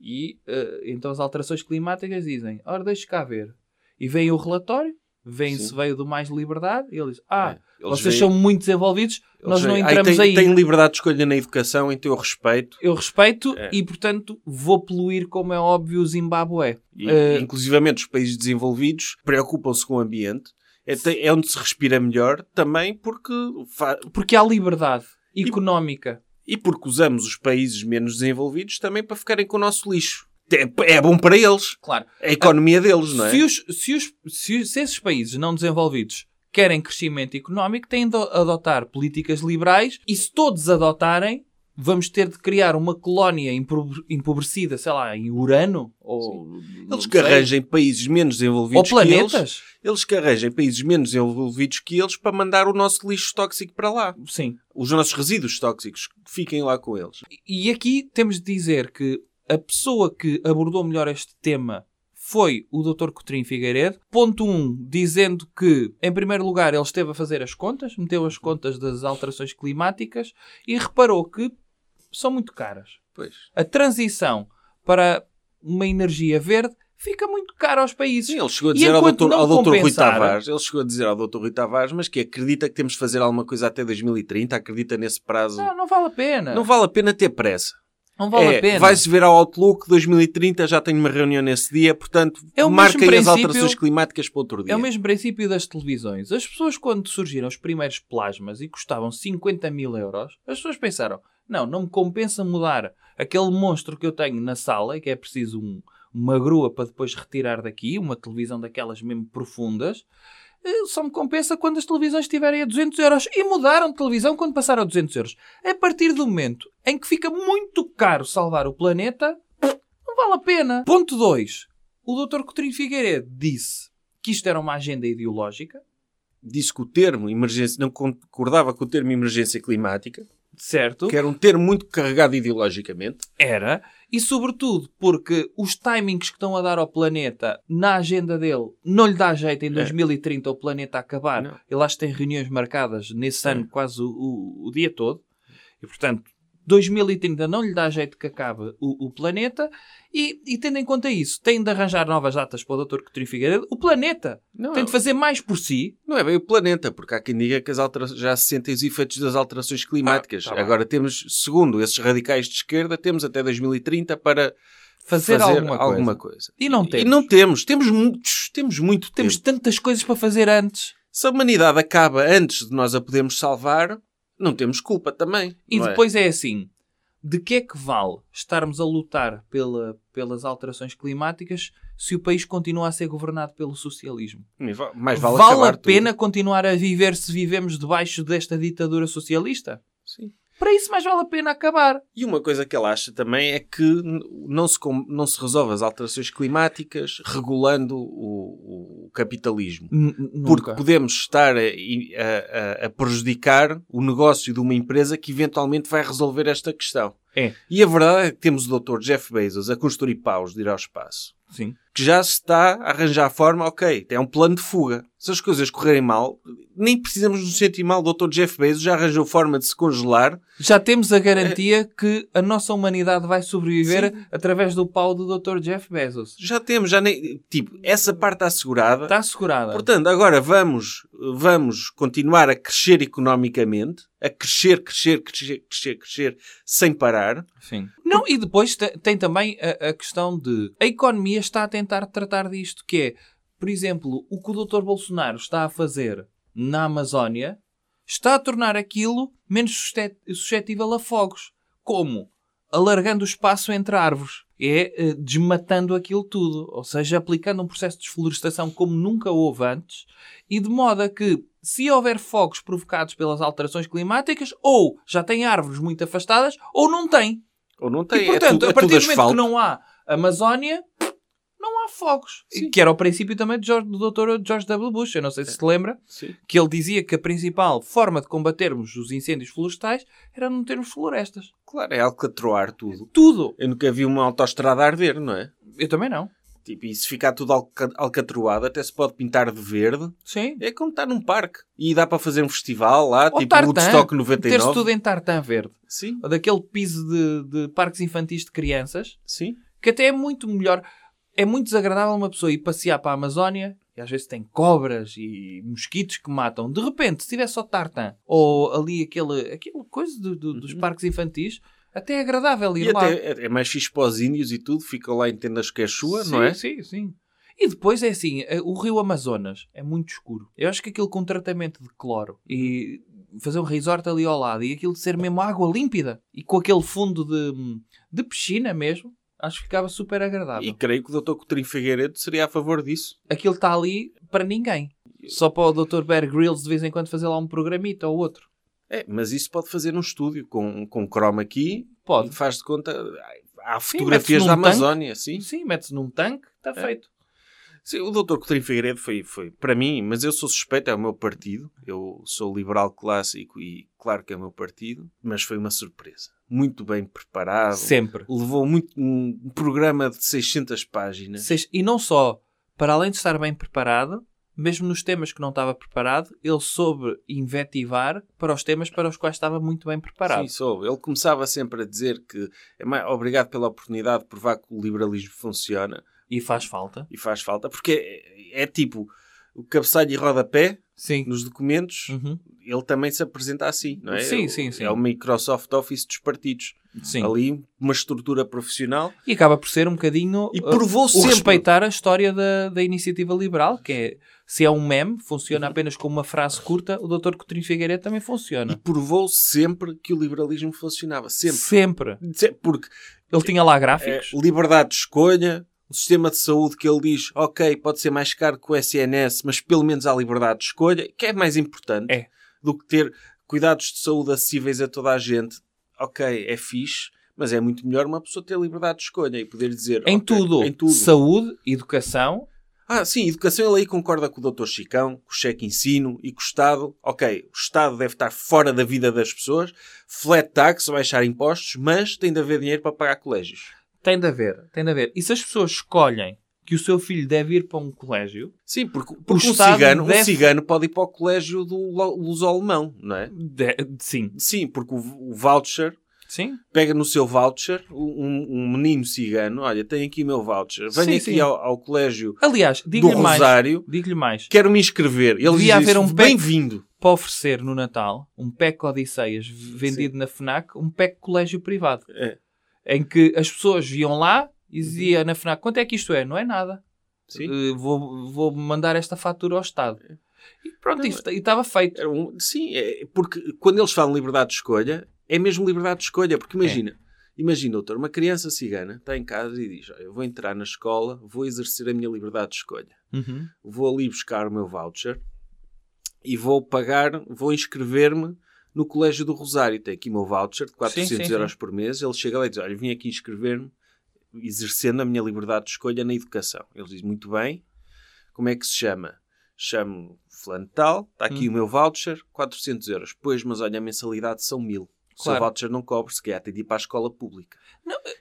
Speaker 3: E eh, então as alterações climáticas dizem: Ora, deixa cá ver. E vem o relatório, vem se
Speaker 2: Sim.
Speaker 3: veio do Mais Liberdade, e ele diz: Ah.
Speaker 2: É. Eles
Speaker 3: Vocês
Speaker 2: veem-
Speaker 3: são muito desenvolvidos,
Speaker 2: eles
Speaker 3: nós não
Speaker 2: veem, "Ai,
Speaker 3: entramos
Speaker 2: tem,
Speaker 3: aí.
Speaker 2: Tem liberdade de escolha na educação, então eu respeito.
Speaker 3: Eu respeito
Speaker 2: É.
Speaker 3: e, portanto, vou poluir, como é óbvio, o Zimbábue.
Speaker 2: E,
Speaker 3: Eh,
Speaker 2: Inclusivamente os países desenvolvidos preocupam-se com o ambiente. É, te- é onde se respira melhor também porque fa-
Speaker 3: Porque há liberdade económica.
Speaker 2: e porque usamos os países menos desenvolvidos também para ficarem com o nosso lixo. É, é bom para eles,
Speaker 3: Claro.
Speaker 2: é a economia deles, não é?
Speaker 3: Se, os, se, os, se, os- se esses países não desenvolvidos querem crescimento económico, têm de adotar políticas liberais e, se todos adotarem, vamos ter de criar uma colónia empobre- empobrecida, sei lá, em Urano? Ou,
Speaker 2: Eles que arranjem países menos
Speaker 3: ou
Speaker 2: desenvolvidos que eles,
Speaker 3: planetas?
Speaker 2: eles que arranjem países menos desenvolvidos que eles para mandar o nosso lixo tóxico para lá.
Speaker 3: Sim.
Speaker 2: Os nossos resíduos tóxicos, que fiquem lá com eles.
Speaker 3: E aqui temos de dizer que a pessoa que abordou melhor este tema foi o Dr. Cotrim Figueiredo. Ponto 1, um, dizendo que, em primeiro lugar, ele esteve a fazer as contas, meteu as contas das alterações climáticas e reparou que são muito caras.
Speaker 2: Pois.
Speaker 3: A transição para uma energia verde fica muito cara aos países.
Speaker 2: Sim, ele chegou a
Speaker 3: E
Speaker 2: dizer ao
Speaker 3: enquanto
Speaker 2: doutor,
Speaker 3: não
Speaker 2: ao doutor Rui
Speaker 3: compensar-
Speaker 2: Tavares, ele chegou a dizer ao doutor Rui Tavares, mas que acredita que temos de fazer alguma coisa até 2030, acredita nesse prazo.
Speaker 3: Não,
Speaker 2: Não,
Speaker 3: não vale a pena. Não,
Speaker 2: vale a pena ter pressa.
Speaker 3: vale
Speaker 2: é,
Speaker 3: a pena.
Speaker 2: Vai-se ver ao Outlook 2030, já tenho uma reunião nesse dia, portanto,
Speaker 3: É o mesmo
Speaker 2: marquem as
Speaker 3: princípio-
Speaker 2: alterações climáticas para outro dia.
Speaker 3: É o mesmo princípio das televisões. As pessoas, quando surgiram os primeiros plasmas e custavam 50 mil euros, as pessoas pensaram: não, não me compensa mudar aquele monstro que eu tenho na sala e que é preciso um- uma grua para depois retirar daqui, uma televisão daquelas mesmo profundas. eh, Só me compensa quando as televisões estiverem a 200 euros. E mudaram de televisão quando passaram a 200 euros. A partir do momento em que fica muito caro salvar o planeta, não vale a pena. Ponto 2. O Dr. Coutinho Figueiredo disse que isto era uma agenda ideológica,
Speaker 2: Disse que o termo emergência, não concordava com o termo emergência climática,
Speaker 3: certo?
Speaker 2: que era um termo muito carregado ideologicamente.
Speaker 3: Era. E sobretudo porque os timings que estão a dar ao planeta na agenda dele não lhe dá jeito em 2030 o planeta acabar.
Speaker 2: É. Não. É.
Speaker 3: Ele acho que tem reuniões marcadas nesse ano quase o, o- o dia todo. E portanto, 2030 não lhe dá jeito que acabe o, o planeta. E, e tendo em conta isso, tem de arranjar novas datas para o Dr. Coutinho Figueiredo. O planeta
Speaker 2: Não,
Speaker 3: tem de fazer mais por si.
Speaker 2: Não é bem o planeta, porque há quem diga que as altera- já se sentem os efeitos das alterações climáticas.
Speaker 3: Ah, tá bem.
Speaker 2: Agora temos, segundo esses radicais de esquerda, temos até 2030 para
Speaker 3: Fazer, alguma, coisa.
Speaker 2: coisa.
Speaker 3: E não temos.
Speaker 2: E não temos. Temos, muitos, temos muito
Speaker 3: Temos
Speaker 2: tempo.
Speaker 3: tantas coisas para fazer antes.
Speaker 2: Se a humanidade acaba antes de nós a podermos salvar, não temos culpa também.
Speaker 3: E
Speaker 2: não é?
Speaker 3: depois é? assim: de que é que vale estarmos a lutar pela- pelas alterações climáticas se o país continua a ser governado pelo socialismo?
Speaker 2: Mais vale, acabar
Speaker 3: a
Speaker 2: tudo.
Speaker 3: pena continuar a viver se vivemos debaixo desta ditadura socialista?
Speaker 2: Sim.
Speaker 3: Para isso, mais vale a pena acabar.
Speaker 2: E uma coisa que ele acha também é que n- não se, com- não se resolve as alterações climáticas regulando o- o capitalismo.
Speaker 3: N- n-
Speaker 2: Porque
Speaker 3: nunca.
Speaker 2: podemos estar a, a- a- a prejudicar o negócio de uma empresa que eventualmente vai resolver esta questão.
Speaker 3: É.
Speaker 2: E a verdade é que temos o Dr. Jeff Bezos a construir paus de ir ao espaço,
Speaker 3: Sim.
Speaker 2: que já se está a arranjar a forma, ok, tem um plano de fuga. se as coisas correrem mal, nem precisamos nos sentir mal. O Dr. Jeff Bezos já arranjou forma de se congelar.
Speaker 3: Já temos a garantia que a nossa humanidade vai sobreviver através do pau do Dr. Jeff Bezos.
Speaker 2: Já temos, já nem. Tipo, essa parte está assegurada.
Speaker 3: Está assegurada.
Speaker 2: Portanto, agora vamos, vamos continuar a crescer economicamente, a crescer, crescer, crescer, crescer, crescer, sem parar.
Speaker 3: Sim. Não, e depois te- tem também a, a questão de a economia está a tentar tratar disto, que é, por exemplo, o que o Dr. Bolsonaro está a fazer na Amazónia está a tornar aquilo menos suste- suscetível a fogos. Como? Alargando o espaço entre árvores. É eh, desmatando aquilo tudo. Ou seja, aplicando um processo de desflorestação como nunca houve antes. E de modo a que, se houver fogos provocados pelas alterações climáticas, ou já tem árvores muito afastadas, ou não tem.
Speaker 2: Ou não
Speaker 3: e,
Speaker 2: tem. é
Speaker 3: portanto,
Speaker 2: tudo,
Speaker 3: a partir
Speaker 2: é
Speaker 3: do
Speaker 2: tudo
Speaker 3: momento
Speaker 2: asfalto.
Speaker 3: que não há Amazónia, não há fogos. E Que era o princípio também do, George, do Dr. George W. Bush. Eu não sei se se lembra
Speaker 2: Sim.
Speaker 3: que ele dizia que a principal forma de combatermos os incêndios florestais era não termos florestas.
Speaker 2: Claro, é alcatroar tudo.
Speaker 3: Tudo.
Speaker 2: Eu nunca vi uma autoestrada a arder, não é?
Speaker 3: Eu também não.
Speaker 2: Tipo, e se ficar tudo alca- alcatroado, até se pode pintar de verde.
Speaker 3: Sim.
Speaker 2: É como estar num parque. E dá para fazer um festival lá,
Speaker 3: Ou
Speaker 2: tipo
Speaker 3: tartan.
Speaker 2: Woodstock
Speaker 3: Ter-se
Speaker 2: 99.
Speaker 3: tudo em tartan verde.
Speaker 2: Sim,
Speaker 3: Ou daquele piso de, de parques infantis de crianças,
Speaker 2: sim.
Speaker 3: que até é muito melhor. É muito desagradável uma pessoa ir passear para a Amazónia e às vezes tem cobras e mosquitos que matam. De repente, se tiver só tartan ou ali aquele, aquele coisa do- do- dos parques infantis, até é agradável ir
Speaker 2: Uhum. E
Speaker 3: lá.
Speaker 2: até é- é mais fixe para os índios e tudo. Ficam lá em tendas que é chua,
Speaker 3: sim,
Speaker 2: não é?
Speaker 3: Sim, sim. E depois é assim, eh, o rio Amazonas é muito escuro. Eu acho que aquilo com tratamento de cloro e fazer um resort ali ao lado e aquilo de ser mesmo água límpida e com aquele fundo de, de piscina mesmo, acho que ficava super agradável.
Speaker 2: E creio que o Dr. Coutinho Figueiredo seria a favor disso.
Speaker 3: Aquilo está ali para ninguém. Só para o Dr. Bear Grylls de vez em quando fazer lá um programita ou outro.
Speaker 2: É, mas isso pode fazer num estúdio com, com chroma aqui.
Speaker 3: Pode.
Speaker 2: Faz de conta. Há há
Speaker 3: Sim,
Speaker 2: fotografias
Speaker 3: mete-se
Speaker 2: da
Speaker 3: num tanque.
Speaker 2: Amazónia, sim. É.
Speaker 3: Sim, mete-se num tanque, está feito.
Speaker 2: Sim, o Dr. Coutinho Figueiredo foi, foi para mim, mas eu sou suspeito, é o meu partido. Eu sou liberal clássico e claro que é o meu partido, mas foi uma surpresa. Muito bem preparado.
Speaker 3: Sempre.
Speaker 2: Levou muito um programa de 600 páginas.
Speaker 3: Seis- E não só, para além de estar bem preparado, mesmo nos temas que não estava preparado, ele soube invetivar para os temas para os quais estava muito bem preparado.
Speaker 2: Sim, sou. Ele começava sempre a dizer que é mais, obrigado pela oportunidade de provar que o liberalismo funciona
Speaker 3: E faz falta.
Speaker 2: e faz falta, porque é, é tipo o cabeçalho e rodapé
Speaker 3: Sim.
Speaker 2: nos documentos,
Speaker 3: Uhum.
Speaker 2: ele também se apresenta assim, não é?
Speaker 3: Hum. Sim,
Speaker 2: É o-
Speaker 3: sim, sim.
Speaker 2: É o Microsoft Office dos partidos.
Speaker 3: Sim.
Speaker 2: Ali, uma estrutura profissional.
Speaker 3: E acaba por ser um bocadinho
Speaker 2: E
Speaker 3: uh,
Speaker 2: provou
Speaker 3: o
Speaker 2: sempre.
Speaker 3: respeitar a história da, da iniciativa liberal, que é se é um meme, funciona
Speaker 2: Uhum.
Speaker 3: apenas com uma frase curta, o Dr. Coutinho Figueiredo também
Speaker 2: E
Speaker 3: funciona.
Speaker 2: provou sempre que o liberalismo funcionava. Sempre.
Speaker 3: Sempre.
Speaker 2: Se- Porque
Speaker 3: Ele tinha lá
Speaker 2: é,
Speaker 3: gráficos.
Speaker 2: liberdade de escolha, o sistema de saúde que ele diz, ok, pode ser mais caro que o SNS, mas pelo menos há liberdade de escolha, que é mais importante
Speaker 3: É.
Speaker 2: do que ter cuidados de saúde acessíveis a toda a gente. Ok, é fixe, mas é muito melhor uma pessoa ter liberdade de escolha e poder dizer
Speaker 3: em,
Speaker 2: É, ok,
Speaker 3: tudo.
Speaker 2: em tudo.
Speaker 3: Saúde, educação.
Speaker 2: Ah, sim, educação ele aí concorda com o Dr. Chicão, com o cheque ensino e com o Estado. Ok, o Estado deve estar fora da vida das pessoas, flat tax, baixar impostos, mas tem de haver dinheiro para pagar colégios.
Speaker 3: Tem de haver. Tem de haver. E se as pessoas escolhem que o seu filho deve ir para um colégio,
Speaker 2: Sim, porque, porque um,
Speaker 3: O Estado
Speaker 2: cigano, um
Speaker 3: deve-
Speaker 2: cigano pode ir para o colégio do lo- luso-alemão, não é?
Speaker 3: de- sim.
Speaker 2: Sim, porque o, o voucher,
Speaker 3: Sim.
Speaker 2: pega no seu voucher, um, um menino cigano, olha, tem aqui o meu voucher, venha
Speaker 3: Sim,
Speaker 2: aqui
Speaker 3: sim.
Speaker 2: Ao, ao colégio
Speaker 3: Aliás,
Speaker 2: do
Speaker 3: digo-lhe mais.
Speaker 2: Rosário,
Speaker 3: Digo-lhe mais.
Speaker 2: quero me inscrever. Ele diz
Speaker 3: Devia haver
Speaker 2: isso,
Speaker 3: um pack-
Speaker 2: bem-vindo.
Speaker 3: Para oferecer no Natal um PEC Odisseias v- vendido na FNAC, um PEC colégio privado.
Speaker 2: É. Uhum.
Speaker 3: Em que as pessoas iam lá e dizia na FNAC, quanto é que isto é? Não é nada.
Speaker 2: Sim. É.
Speaker 3: Eh, vou, vou mandar esta fatura ao Estado. E pronto, isto- e estava feito.
Speaker 2: Era um- sim, é, porque quando eles falam liberdade de escolha, é mesmo liberdade de escolha, porque
Speaker 3: É.
Speaker 2: imagina, imagina, doutor, uma criança cigana está em casa e diz: "Olha, Eu vou entrar na escola, vou exercer a minha liberdade de escolha,
Speaker 3: Uhum.
Speaker 2: vou ali buscar o meu voucher e vou pagar, vou inscrever-me no Colégio do Rosário. Tem aqui o meu voucher de 400
Speaker 3: Sim, sim,
Speaker 2: euros por mês. Ele chega lá e diz: Olha, vim aqui inscrever-me, exercendo a minha liberdade de escolha na educação. Ele diz: Muito bem, como é que se chama? Chamo fulano de tal, está aqui
Speaker 3: Hum.
Speaker 2: o meu voucher, 400 euros. Pois, mas olha, a mensalidade são 1000. O seu
Speaker 3: Claro. eh,
Speaker 2: voucher não cobre, se calhar tem de ir para a escola pública.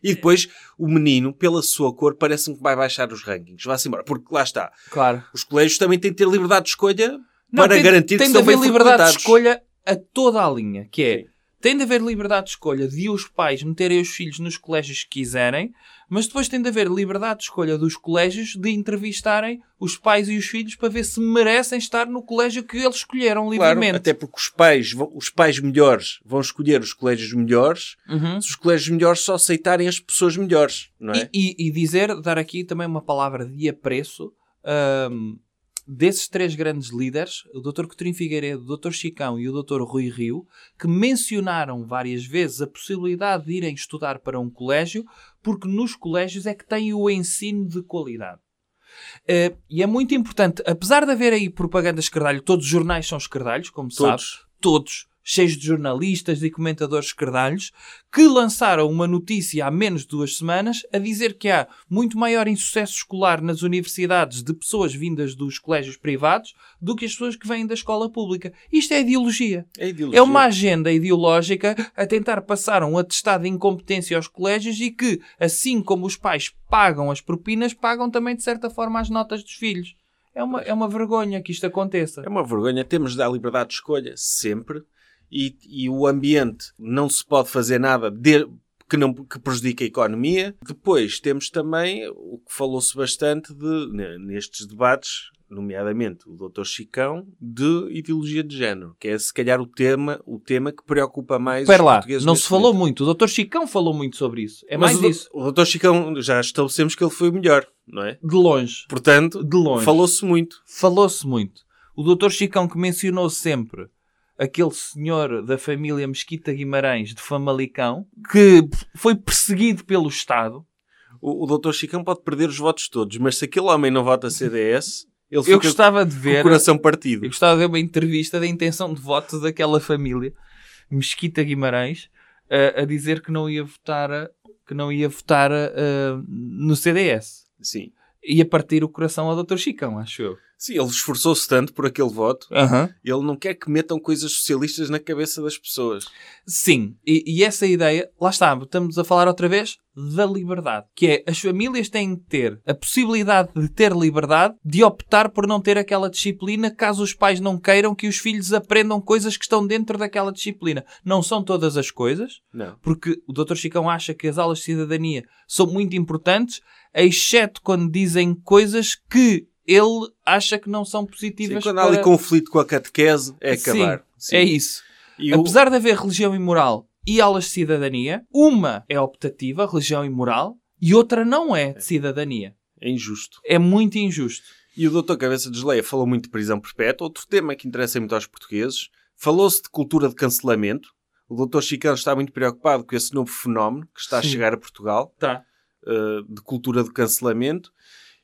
Speaker 2: E depois o menino, pela sua cor, parece-me que vai baixar os rankings. Vai-se embora. Porque lá está.
Speaker 3: Claro.
Speaker 2: Os colégios também têm de ter liberdade de escolha
Speaker 3: Não,
Speaker 2: para
Speaker 3: tem,
Speaker 2: garantir
Speaker 3: tem
Speaker 2: que
Speaker 3: de
Speaker 2: são
Speaker 3: haver
Speaker 2: bem
Speaker 3: liberdade de
Speaker 2: frequentados.
Speaker 3: escolha a toda a linha, que é
Speaker 2: Sim.
Speaker 3: tem de haver liberdade de escolha de os pais meterem os filhos nos colégios que quiserem, mas depois tem de haver liberdade de escolha dos colégios de entrevistarem os pais e os filhos para ver se merecem estar no colégio que eles escolheram
Speaker 2: Claro,
Speaker 3: livremente.
Speaker 2: até porque os pais, vão- os pais melhores vão escolher os colégios melhores
Speaker 3: Uhum.
Speaker 2: se os colégios melhores só aceitarem as pessoas melhores, não é?
Speaker 3: E, e- e dizer, dar aqui também uma palavra de apreço ahm, desses três grandes líderes, o Dr. Coutinho Figueiredo, o Dr. Chicão e o Dr. Rui Rio, que mencionaram várias vezes a possibilidade de irem estudar para um colégio, porque nos colégios é que tem o ensino de qualidade. Eh, e é muito importante, apesar de haver aí propaganda escardalho, todos os jornais são escardalhos, como sabes,
Speaker 2: Todos.
Speaker 3: todos, cheios de jornalistas e comentadores escardalhos, que lançaram uma notícia há menos de duas semanas a dizer que há muito maior insucesso escolar nas universidades de pessoas vindas dos colégios privados do que as pessoas que vêm da escola pública. Isto é ideologia.
Speaker 2: É, ideologia.
Speaker 3: É uma agenda ideológica a tentar passar um atestado de incompetência aos colégios e que, assim como os pais pagam as propinas, pagam também, de certa forma, as notas dos filhos. É uma, é uma vergonha que isto aconteça.
Speaker 2: É uma vergonha. Temos de dar liberdade de escolha sempre e, e o ambiente não se pode fazer nada de- que, não, que prejudique a economia. Depois temos também o que falou-se bastante de, ne- nestes debates, nomeadamente o Dr. Chicão, de ideologia de género, que é se calhar o tema, o tema que preocupa mais
Speaker 3: Espera lá,
Speaker 2: portugueses
Speaker 3: não
Speaker 2: neste
Speaker 3: se falou
Speaker 2: momento.
Speaker 3: muito. O Dr. Chicão falou muito sobre isso. É
Speaker 2: Mas
Speaker 3: mais
Speaker 2: o, do-
Speaker 3: isso.
Speaker 2: o Dr. Chicão já estabelecemos que ele foi o melhor, não é?
Speaker 3: De longe.
Speaker 2: Portanto,
Speaker 3: De longe.
Speaker 2: falou-se muito.
Speaker 3: Falou-se muito. O Dr. Chicão que mencionou sempre aquele senhor da família Mesquita Guimarães de Famalicão que foi perseguido pelo Estado.
Speaker 2: O, o doutor Chicão pode perder os votos todos, mas se aquele homem não vota CDS, ele
Speaker 3: Eu
Speaker 2: fica
Speaker 3: gostava de
Speaker 2: com o
Speaker 3: ver...
Speaker 2: coração
Speaker 3: Eu
Speaker 2: partido.
Speaker 3: gostava de ver uma entrevista da intenção de voto daquela família Mesquita Guimarães a, a dizer que não ia votar a- que não ia votar a- no CDS.
Speaker 2: Sim.
Speaker 3: Ia partir o coração ao Dr. Chicão, acho eu.
Speaker 2: Sim, ele esforçou-se tanto por aquele voto.
Speaker 3: Aham.
Speaker 2: Ele não quer que metam coisas socialistas na cabeça das pessoas.
Speaker 3: Sim, e, e essa ideia, lá está, estamos a falar outra vez da liberdade, que é as famílias têm de ter a possibilidade de ter liberdade de optar por não ter aquela disciplina caso os pais não queiram que os filhos aprendam coisas que estão dentro daquela disciplina. Não são todas as coisas,
Speaker 2: Não.
Speaker 3: porque o Dr. Chicão acha que as aulas de cidadania são muito importantes, exceto quando dizem coisas que ele acha que não são
Speaker 2: Sim,
Speaker 3: positivas
Speaker 2: quando há
Speaker 3: para...
Speaker 2: ali conflito com a catequese, é
Speaker 3: Sim,
Speaker 2: acabar. Sim.
Speaker 3: É isso.
Speaker 2: E o-
Speaker 3: Apesar de haver religião e moral e aulas de cidadania, uma é optativa, religião e moral, e outra não é de cidadania.
Speaker 2: É injusto.
Speaker 3: É muito injusto.
Speaker 2: E o doutor Cabeça de Geleia falou muito de prisão perpétua. Outro tema que interessa muito aos portugueses. Falou-se de cultura de cancelamento. O doutor Chicão está muito preocupado com esse novo fenómeno que está
Speaker 3: Sim.
Speaker 2: a chegar a Portugal.
Speaker 3: Tá.
Speaker 2: uh, de cultura de cancelamento.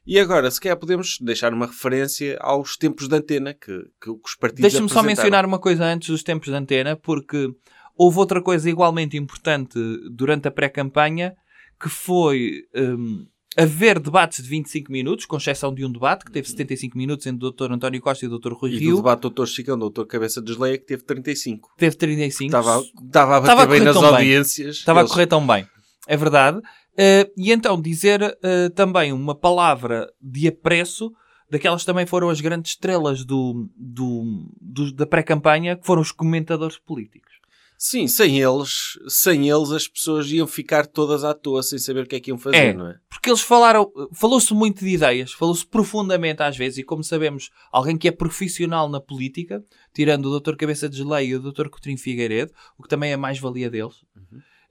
Speaker 2: E agora, se calhar podemos deixar uma referência aos tempos de antena que, que os partidos
Speaker 3: Deixa-me só
Speaker 2: apresentaram.
Speaker 3: mencionar uma coisa antes dos tempos de antena, porque houve outra coisa igualmente importante durante a pré-campanha, que foi hum, haver debates de 25 minutos, com exceção de um debate que teve 75 minutos entre o Dr. António Costa e o Dr. Rui
Speaker 2: Uhum. E do
Speaker 3: Rio,
Speaker 2: debate do Dr. Chicão, do Dr. Cabeça desleia, que teve 35.
Speaker 3: teve 35.
Speaker 2: Estava, estava a bater
Speaker 3: Estava
Speaker 2: bem
Speaker 3: a correr
Speaker 2: nas
Speaker 3: tão bem.
Speaker 2: audiências.
Speaker 3: Estava
Speaker 2: Eles-
Speaker 3: a correr tão bem. É verdade. Eh, e então dizer eh, também uma palavra de apreço daquelas que também foram as grandes estrelas do, do- do- da pré-campanha, que foram os comentadores políticos.
Speaker 2: Sim, sem eles, sem eles as pessoas iam ficar todas à toa sem saber o que é que iam fazer,
Speaker 3: É.
Speaker 2: não é?
Speaker 3: Porque eles falaram, falou-se muito de ideias, falou-se profundamente às vezes, e como sabemos, alguém que é profissional na política, tirando o Dr. Cabeça de Geleia e o Dr. Coutinho Figueiredo, o que também é mais valia deles,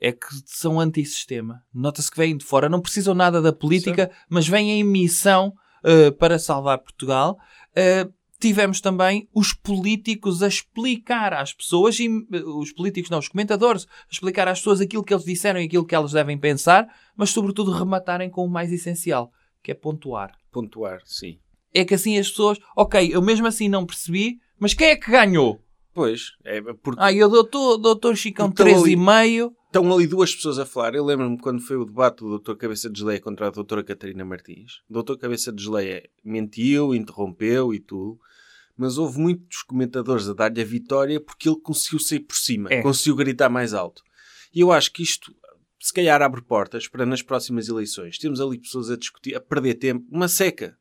Speaker 3: é que são antissistema. Nota-se que vêm de fora, não precisam nada da política, mas vêm em missão eh, para salvar Portugal. Eh, tivemos também os políticos a explicar às pessoas, e, eh, os políticos não, os comentadores, a explicar às pessoas aquilo que eles disseram e aquilo que elas devem pensar, mas sobretudo rematarem com o mais essencial, que é pontuar.
Speaker 2: Pontuar, sim.
Speaker 3: É que assim as pessoas, ok, eu mesmo assim não percebi, mas quem é que ganhou?
Speaker 2: Pois, é porque
Speaker 3: Ah, e o doutor, doutor Chicão
Speaker 2: Então, ali-
Speaker 3: 3,5.
Speaker 2: estão ali duas pessoas a falar. Eu lembro-me quando foi o debate do Dr. Cabeça de Geleia contra a Dra. Catarina Martins. O Dr. Cabeça de Geleia mentiu, interrompeu e tudo. Mas houve muitos comentadores a dar-lhe a vitória porque ele conseguiu sair por cima,
Speaker 3: É.
Speaker 2: conseguiu gritar mais alto. E eu acho que isto se calhar abre portas para nas próximas eleições temos ali pessoas a discutir, a perder tempo, uma seca.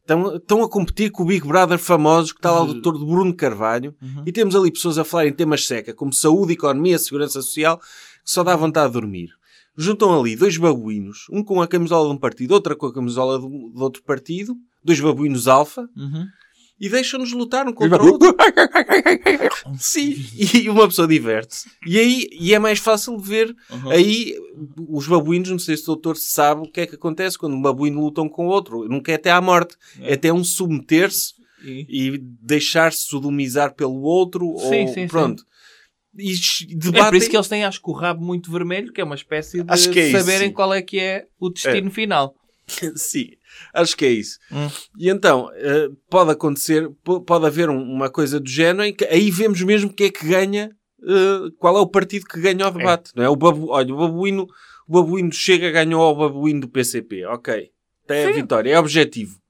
Speaker 2: Estão, estão a competir com o Big Brother famoso, que está lá o doutor Bruno Carvalho, e temos ali pessoas a falar em temas seca, como saúde, economia, segurança social, que só dá vontade de dormir. Juntam ali dois babuínos, um com a camisola de um partido, outra com a camisola de, um, de outro partido, dois babuínos alfa,
Speaker 3: Uhum.
Speaker 2: e deixam-nos lutar um contra o outro. Sim, e uma pessoa diverte-se. E aí e é mais fácil ver
Speaker 3: Uhum.
Speaker 2: Aí os babuínos, não sei se o doutor sabe o que é que acontece quando um babuíno luta um com o outro. Nunca é até à morte. É,
Speaker 3: É.
Speaker 2: até um submeter-se
Speaker 3: E-
Speaker 2: e deixar-se sodomizar pelo outro.
Speaker 3: Sim,
Speaker 2: ou,
Speaker 3: sim,
Speaker 2: pronto. E ch- debatem...
Speaker 3: É por isso que eles têm, acho que, o rabo muito vermelho, que é uma espécie de
Speaker 2: Acho que é isso,
Speaker 3: saberem
Speaker 2: sim.
Speaker 3: qual é que é o destino final.
Speaker 2: Sim, acho que é isso.
Speaker 3: Hum.
Speaker 2: E então, eh, pode acontecer, po- pode haver um- uma coisa do género em que aí vemos mesmo quem é que ganha, eh, qual é o partido que ganha o debate, não é? O babu, olha, o babuíno, o babuíno chega, ganhou ao babuíno do PCP, ok. Tem a
Speaker 3: Sim.
Speaker 2: vitória, é objetivo.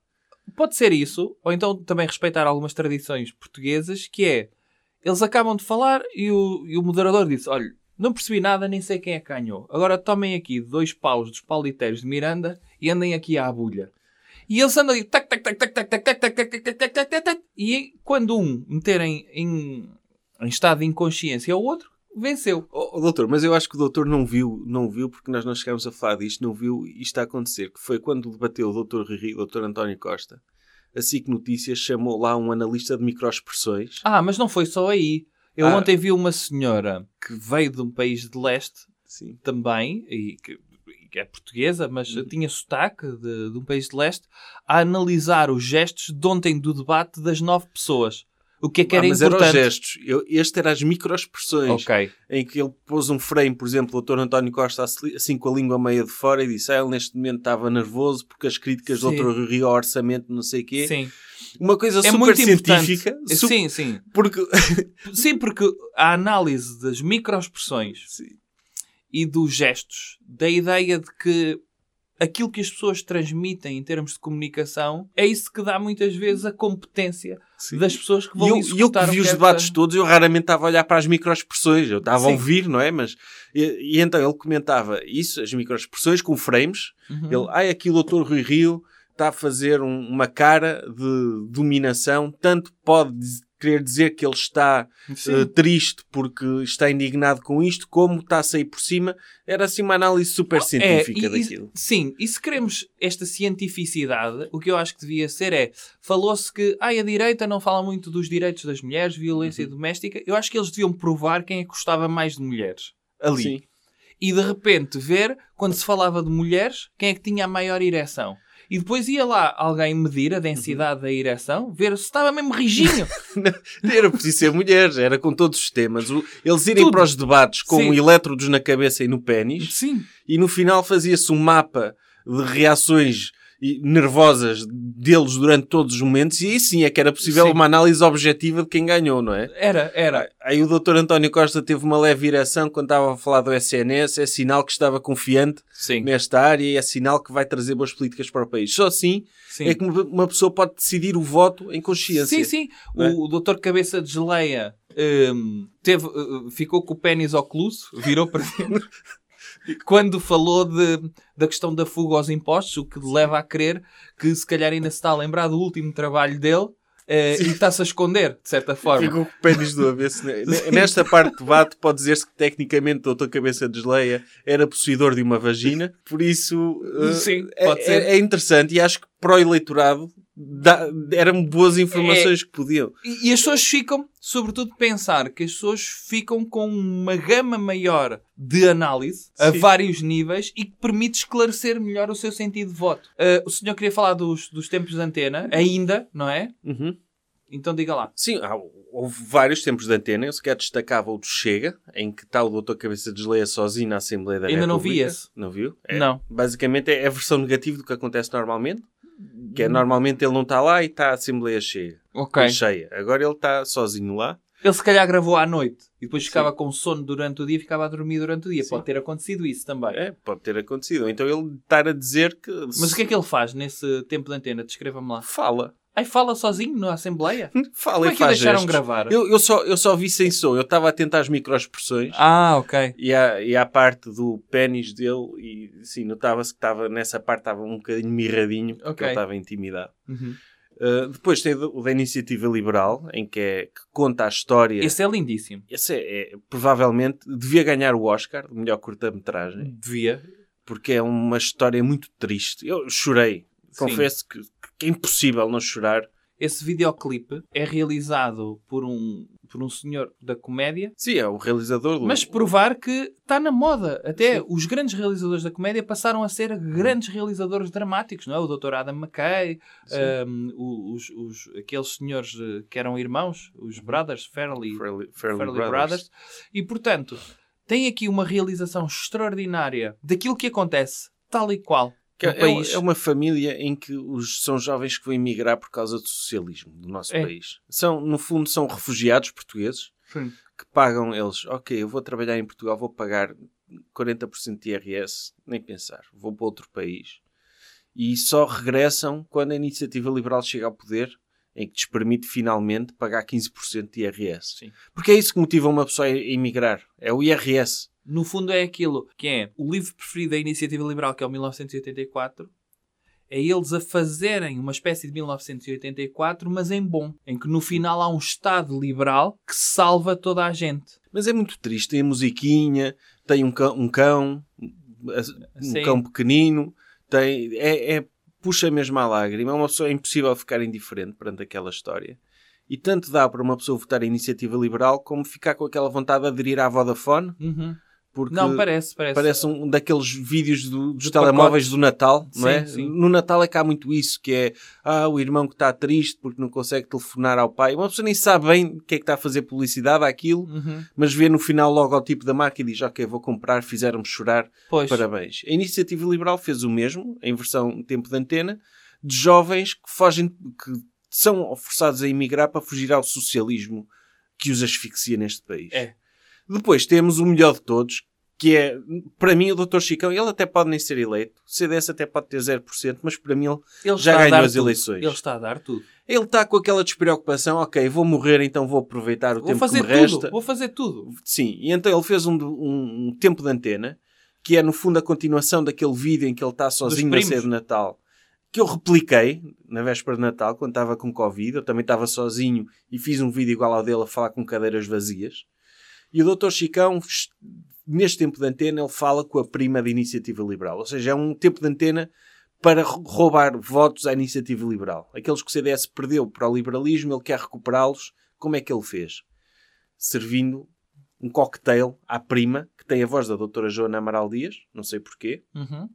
Speaker 3: Pode ser isso, ou então também respeitar algumas tradições portuguesas, que é, eles acabam de falar e o, e o moderador disse, olha, não percebi nada, nem sei quem é que ganhou. Agora tomem aqui dois paus dos pauliteiros de Miranda e andem aqui à agulha. E eles andam ali, tac, tac, tac, tac, tac, tac, tac, tac, tac, tac, tac, tac, tac, tac, tac, e quando um meterem em, em estado de inconsciência ao outro, venceu.
Speaker 2: Oh, oh, doutor, mas eu acho que o doutor não viu, não viu, porque nós não chegámos a falar disto, não viu isto a acontecer, que foi quando debateu o doutor Riri e o doutor António Costa. A SIC Notícias chamou lá um analista de microexpressões.
Speaker 3: Ah, mas não foi só aí. Eu
Speaker 2: Ah.
Speaker 3: ontem vi uma senhora que veio de um país de leste
Speaker 2: Sim.
Speaker 3: também, e que e que é portuguesa, mas
Speaker 2: Uhum.
Speaker 3: tinha sotaque de, de um país de leste, a analisar os gestos de ontem do debate das nove pessoas. O que é que era
Speaker 2: Ah, mas eram os
Speaker 3: importante?
Speaker 2: gestos. Eu- este era as microexpressões
Speaker 3: ok.
Speaker 2: em que ele pôs um frame, por exemplo, o Dr. António Costa assi- assim com a língua meia de fora e disse: ah, ele neste momento estava nervoso porque as críticas
Speaker 3: Sim.
Speaker 2: do Dr. Rio ao orçamento, não sei o quê.
Speaker 3: Sim.
Speaker 2: Uma coisa
Speaker 3: É
Speaker 2: super
Speaker 3: muito importante.
Speaker 2: científica. é su-
Speaker 3: Sim, sim.
Speaker 2: Porque
Speaker 3: Sim, porque a análise das microexpressões
Speaker 2: Sim.
Speaker 3: e dos gestos, da ideia de que aquilo que as pessoas transmitem em termos de comunicação é isso que dá muitas vezes a competência das pessoas que
Speaker 2: E
Speaker 3: vão
Speaker 2: eu, e eu que
Speaker 3: executar o
Speaker 2: vi
Speaker 3: que
Speaker 2: os
Speaker 3: é que-
Speaker 2: debates todos, eu raramente estava a olhar para as microexpressões, eu estava a
Speaker 3: Sim.
Speaker 2: ouvir, não é? Mas, e, e então ele comentava isso, as microexpressões com frames,
Speaker 3: Uhum.
Speaker 2: Ele, ai, aqui o doutor Rui Rio está a fazer um- uma cara de dominação, tanto pode diz- querer dizer que ele está
Speaker 3: Sim.
Speaker 2: eh, triste porque está indignado com isto, como está a sair por cima. Era assim uma análise super científica
Speaker 3: É, e- e-
Speaker 2: daquilo.
Speaker 3: sim, e se queremos esta cientificidade, o que eu acho que devia ser é: falou-se que ai, a direita não fala muito dos direitos das mulheres, violência
Speaker 2: Uhum.
Speaker 3: doméstica. Eu acho que eles deviam provar quem é que gostava mais de mulheres ali.
Speaker 2: Sim.
Speaker 3: E de repente ver, quando se falava de mulheres, quem é que tinha a maior ereção. E depois ia lá alguém medir a
Speaker 2: Uhum.
Speaker 3: densidade da ereção, ver se estava mesmo rijinho.
Speaker 2: Era preciso ser mulheres, era com todos os temas. O- Eles irem
Speaker 3: Tudo.
Speaker 2: para os debates com
Speaker 3: Sim.
Speaker 2: elétrodos na cabeça e no pênis.
Speaker 3: Sim.
Speaker 2: e no final fazia-se um mapa de reações e- nervosas deles durante todos os momentos, e aí sim é que era possível
Speaker 3: Sim.
Speaker 2: uma análise objetiva de quem ganhou, não é?
Speaker 3: Era, era.
Speaker 2: Aí o Dr. António Costa teve uma leve direção quando estava a falar do SNS, é sinal que estava confiante
Speaker 3: Sim.
Speaker 2: nesta área e é sinal que vai trazer boas políticas para o país. Só assim
Speaker 3: sim.
Speaker 2: é que uma- uma pessoa pode decidir o voto em consciência.
Speaker 3: Sim, sim.
Speaker 2: não é?
Speaker 3: O, o doutor Cabeça de Geleia hum, teve, uh, ficou com o pênis ocluso, virou para dentro, quando falou de, da questão da fuga aos impostos, o que leva a crer que se calhar ainda se está a lembrar do último trabalho dele eh, e está-se a esconder, de certa forma.
Speaker 2: Ficou com o pênis do avesso. né? Nesta parte de debate, pode dizer-se que tecnicamente o Dr. Cabeça de Geleia era possuidor de uma vagina, por isso eh,
Speaker 3: Sim,
Speaker 2: é,
Speaker 3: pode ser.
Speaker 2: é- é interessante e acho que para o eleitorado dá- eram boas
Speaker 3: É.
Speaker 2: informações que podiam.
Speaker 3: E, e as pessoas ficam, sobretudo, pensar que as pessoas ficam com uma gama maior de análise a
Speaker 2: Sim.
Speaker 3: vários níveis e que permite esclarecer melhor o seu sentido de voto. Ah, o senhor queria falar dos, dos tempos de antena, ainda, não é?
Speaker 2: Uhum.
Speaker 3: Então diga lá.
Speaker 2: Sim, há- houve vários tempos de antena. Eu sequer destacava o do Chega, em que está o doutor Cabeça de Geleia sozinho na Assembleia da
Speaker 3: Ainda não vi
Speaker 2: República.
Speaker 3: esse.
Speaker 2: Não viu? É,
Speaker 3: Não.
Speaker 2: Basicamente é a versão negativa do que acontece normalmente, que
Speaker 3: Hum.
Speaker 2: é normalmente ele não está lá e está a Assembleia cheia.
Speaker 3: Ok.
Speaker 2: cheia. Agora ele está sozinho lá.
Speaker 3: Ele se calhar gravou à noite e depois ficava com sono durante o dia e ficava a dormir durante o dia. Pode ter acontecido isso também.
Speaker 2: É, pode ter acontecido. Então ele estar a dizer que...
Speaker 3: Mas o é que é que ele faz nesse tempo de antena? Descreva-me lá.
Speaker 2: Fala.
Speaker 3: Aí fala sozinho na Assembleia?
Speaker 2: Fala
Speaker 3: Como
Speaker 2: e
Speaker 3: é que o
Speaker 2: faz
Speaker 3: deixaram
Speaker 2: gestos.
Speaker 3: gravar?
Speaker 2: Eu, eu só, eu só vi sem som. Eu estava atento às microexpressões
Speaker 3: Ah, ok.
Speaker 2: e, à, e à parte do pênis dele. E sim, notava-se que estava nessa parte estava um bocadinho mirradinho porque
Speaker 3: Ok.
Speaker 2: ele estava intimidado.
Speaker 3: Uhum.
Speaker 2: Uh, depois tem o da Iniciativa Liberal, em que, é, que conta a história. Esse,
Speaker 3: Esse é lindíssimo.
Speaker 2: é, é- provavelmente devia ganhar o Oscar de melhor curta-metragem,
Speaker 3: Devia.
Speaker 2: porque é uma história muito triste. Eu chorei.
Speaker 3: Sim.
Speaker 2: Confesso que, que é impossível não chorar.
Speaker 3: Esse videoclipe é realizado por um, por um senhor da comédia,
Speaker 2: Sim, é o realizador do.
Speaker 3: mas provar que está na moda. Até os grandes realizadores da comédia passaram a ser grandes realizadores dramáticos, não é? O Dr. Adam McKay, um, o- os, os- aqueles senhores eh, que eram irmãos, os Brothers Fairley,
Speaker 2: Fairly,
Speaker 3: Fairley
Speaker 2: Fairly
Speaker 3: Brothers.
Speaker 2: Brothers.
Speaker 3: E portanto, tem aqui uma realização extraordinária daquilo que acontece, tal e qual.
Speaker 2: Que
Speaker 3: no
Speaker 2: é,
Speaker 3: um país.
Speaker 2: é uma família em que os, são jovens que vão emigrar por causa do socialismo do nosso
Speaker 3: É.
Speaker 2: país. São, no fundo, são refugiados portugueses
Speaker 3: Sim.
Speaker 2: que pagam eles. Ok, eu vou trabalhar em Portugal, vou pagar 40% de IRS, nem pensar, vou para outro país. E só regressam quando a iniciativa liberal chega ao poder, em que lhes permite finalmente pagar 15% de IRS.
Speaker 3: Sim.
Speaker 2: Porque é isso que motiva uma pessoa a emigrar: é o IRS.
Speaker 3: No fundo é aquilo que é o livro preferido da Iniciativa Liberal, que é o 1984, é eles a fazerem uma espécie de 1984, mas em bom, em que no final há um Estado liberal que salva toda a gente.
Speaker 2: Mas é muito triste. Tem a musiquinha, tem um cão, um, cão,
Speaker 3: Sim.
Speaker 2: um cão pequenino, tem, é, é- puxa mesmo à lágrima. É uma pessoa é impossível ficar indiferente perante aquela história. E tanto dá para uma pessoa votar em iniciativa liberal como ficar com aquela vontade de aderir à Vodafone,
Speaker 3: Uhum.
Speaker 2: porque
Speaker 3: Não, parece, parece.
Speaker 2: parece um daqueles vídeos do- dos
Speaker 3: De
Speaker 2: telemóveis do Natal, não
Speaker 3: Sim,
Speaker 2: é?
Speaker 3: sim.
Speaker 2: No Natal é que há muito isso, que é ah, o irmão que está triste porque não consegue telefonar ao pai. Uma pessoa nem sabe bem o que é que está a fazer publicidade àquilo,
Speaker 3: Uhum.
Speaker 2: mas vê no final logo ao tipo da marca e diz: Ok, vou comprar, fizeram-me chorar,
Speaker 3: Pois.
Speaker 2: parabéns. A Iniciativa Liberal fez o mesmo, em versão tempo de antena, de jovens que fogem, que são forçados a emigrar para fugir ao socialismo que os asfixia neste país.
Speaker 3: É.
Speaker 2: Depois temos o melhor de todos, que é, para mim, o Dr. Chicão, ele até pode nem ser eleito, o CDS até pode ter 0%, mas para mim ele
Speaker 3: Ele
Speaker 2: já
Speaker 3: está a
Speaker 2: ganhou
Speaker 3: dar
Speaker 2: as
Speaker 3: tudo.
Speaker 2: eleições.
Speaker 3: Ele está a dar tudo.
Speaker 2: ele está com aquela despreocupação, ok, vou morrer, então vou aproveitar o
Speaker 3: Vou
Speaker 2: tempo
Speaker 3: fazer
Speaker 2: que me
Speaker 3: tudo,
Speaker 2: resta.
Speaker 3: vou fazer tudo.
Speaker 2: Sim, e então ele fez um, um- um tempo de antena, que é no fundo a continuação daquele vídeo em que ele está sozinho na
Speaker 3: primos.
Speaker 2: ceia de Natal, que eu repliquei na véspera de Natal, quando estava com Covid, eu também estava sozinho e fiz um vídeo igual ao dele a falar com cadeiras vazias. E o Dr. Chicão, es- neste tempo de antena, ele fala com a prima da Iniciativa Liberal, ou seja, é um tempo de antena para rou- roubar votos à Iniciativa Liberal. Aqueles que o CDS perdeu para o liberalismo, ele quer recuperá-los. Como é que ele fez? Servindo um cocktail à prima, que tem a voz da doutora Joana Amaral Dias, não sei porquê,
Speaker 3: Uhum.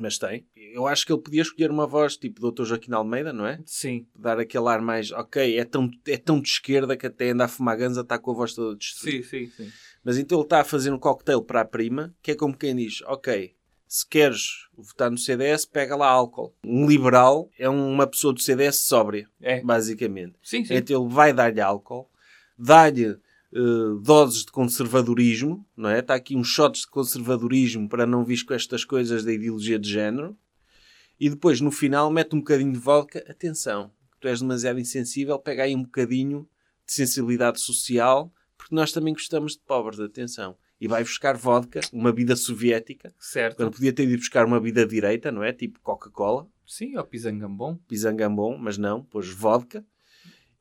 Speaker 2: mas tem. Eu acho que ele podia escolher uma voz tipo doutor Joaquim Almeida, não é?
Speaker 3: Sim,
Speaker 2: Dar aquele ar mais, ok, é tão, é tão de esquerda que até anda a fumar ganza, está com a voz toda destruída.
Speaker 3: sim, sim, sim.
Speaker 2: Mas então ele está a fazer um cocktail para a prima, que é como quem diz, ok, se queres votar no CDS, pega lá álcool. Um liberal é uma pessoa do CDS sóbria,
Speaker 3: É.
Speaker 2: basicamente.
Speaker 3: Sim, sim.
Speaker 2: Então ele vai dar-lhe álcool, dá-lhe eh, doses de conservadorismo, não é? Está aqui uns shots de conservadorismo para não vir com estas coisas da ideologia de género. E depois, no final, mete um bocadinho de vodka. Atenção, tu és demasiado insensível, pega aí um bocadinho de sensibilidade social, porque nós também gostamos de pobres, atenção. E vai buscar vodka, uma vida soviética,
Speaker 3: Certo.
Speaker 2: quando podia ter ido buscar uma vida direita, não é? Tipo Coca-Cola
Speaker 3: Sim, ao Pisangambon.
Speaker 2: pisangambon, mas não, pôs vodka.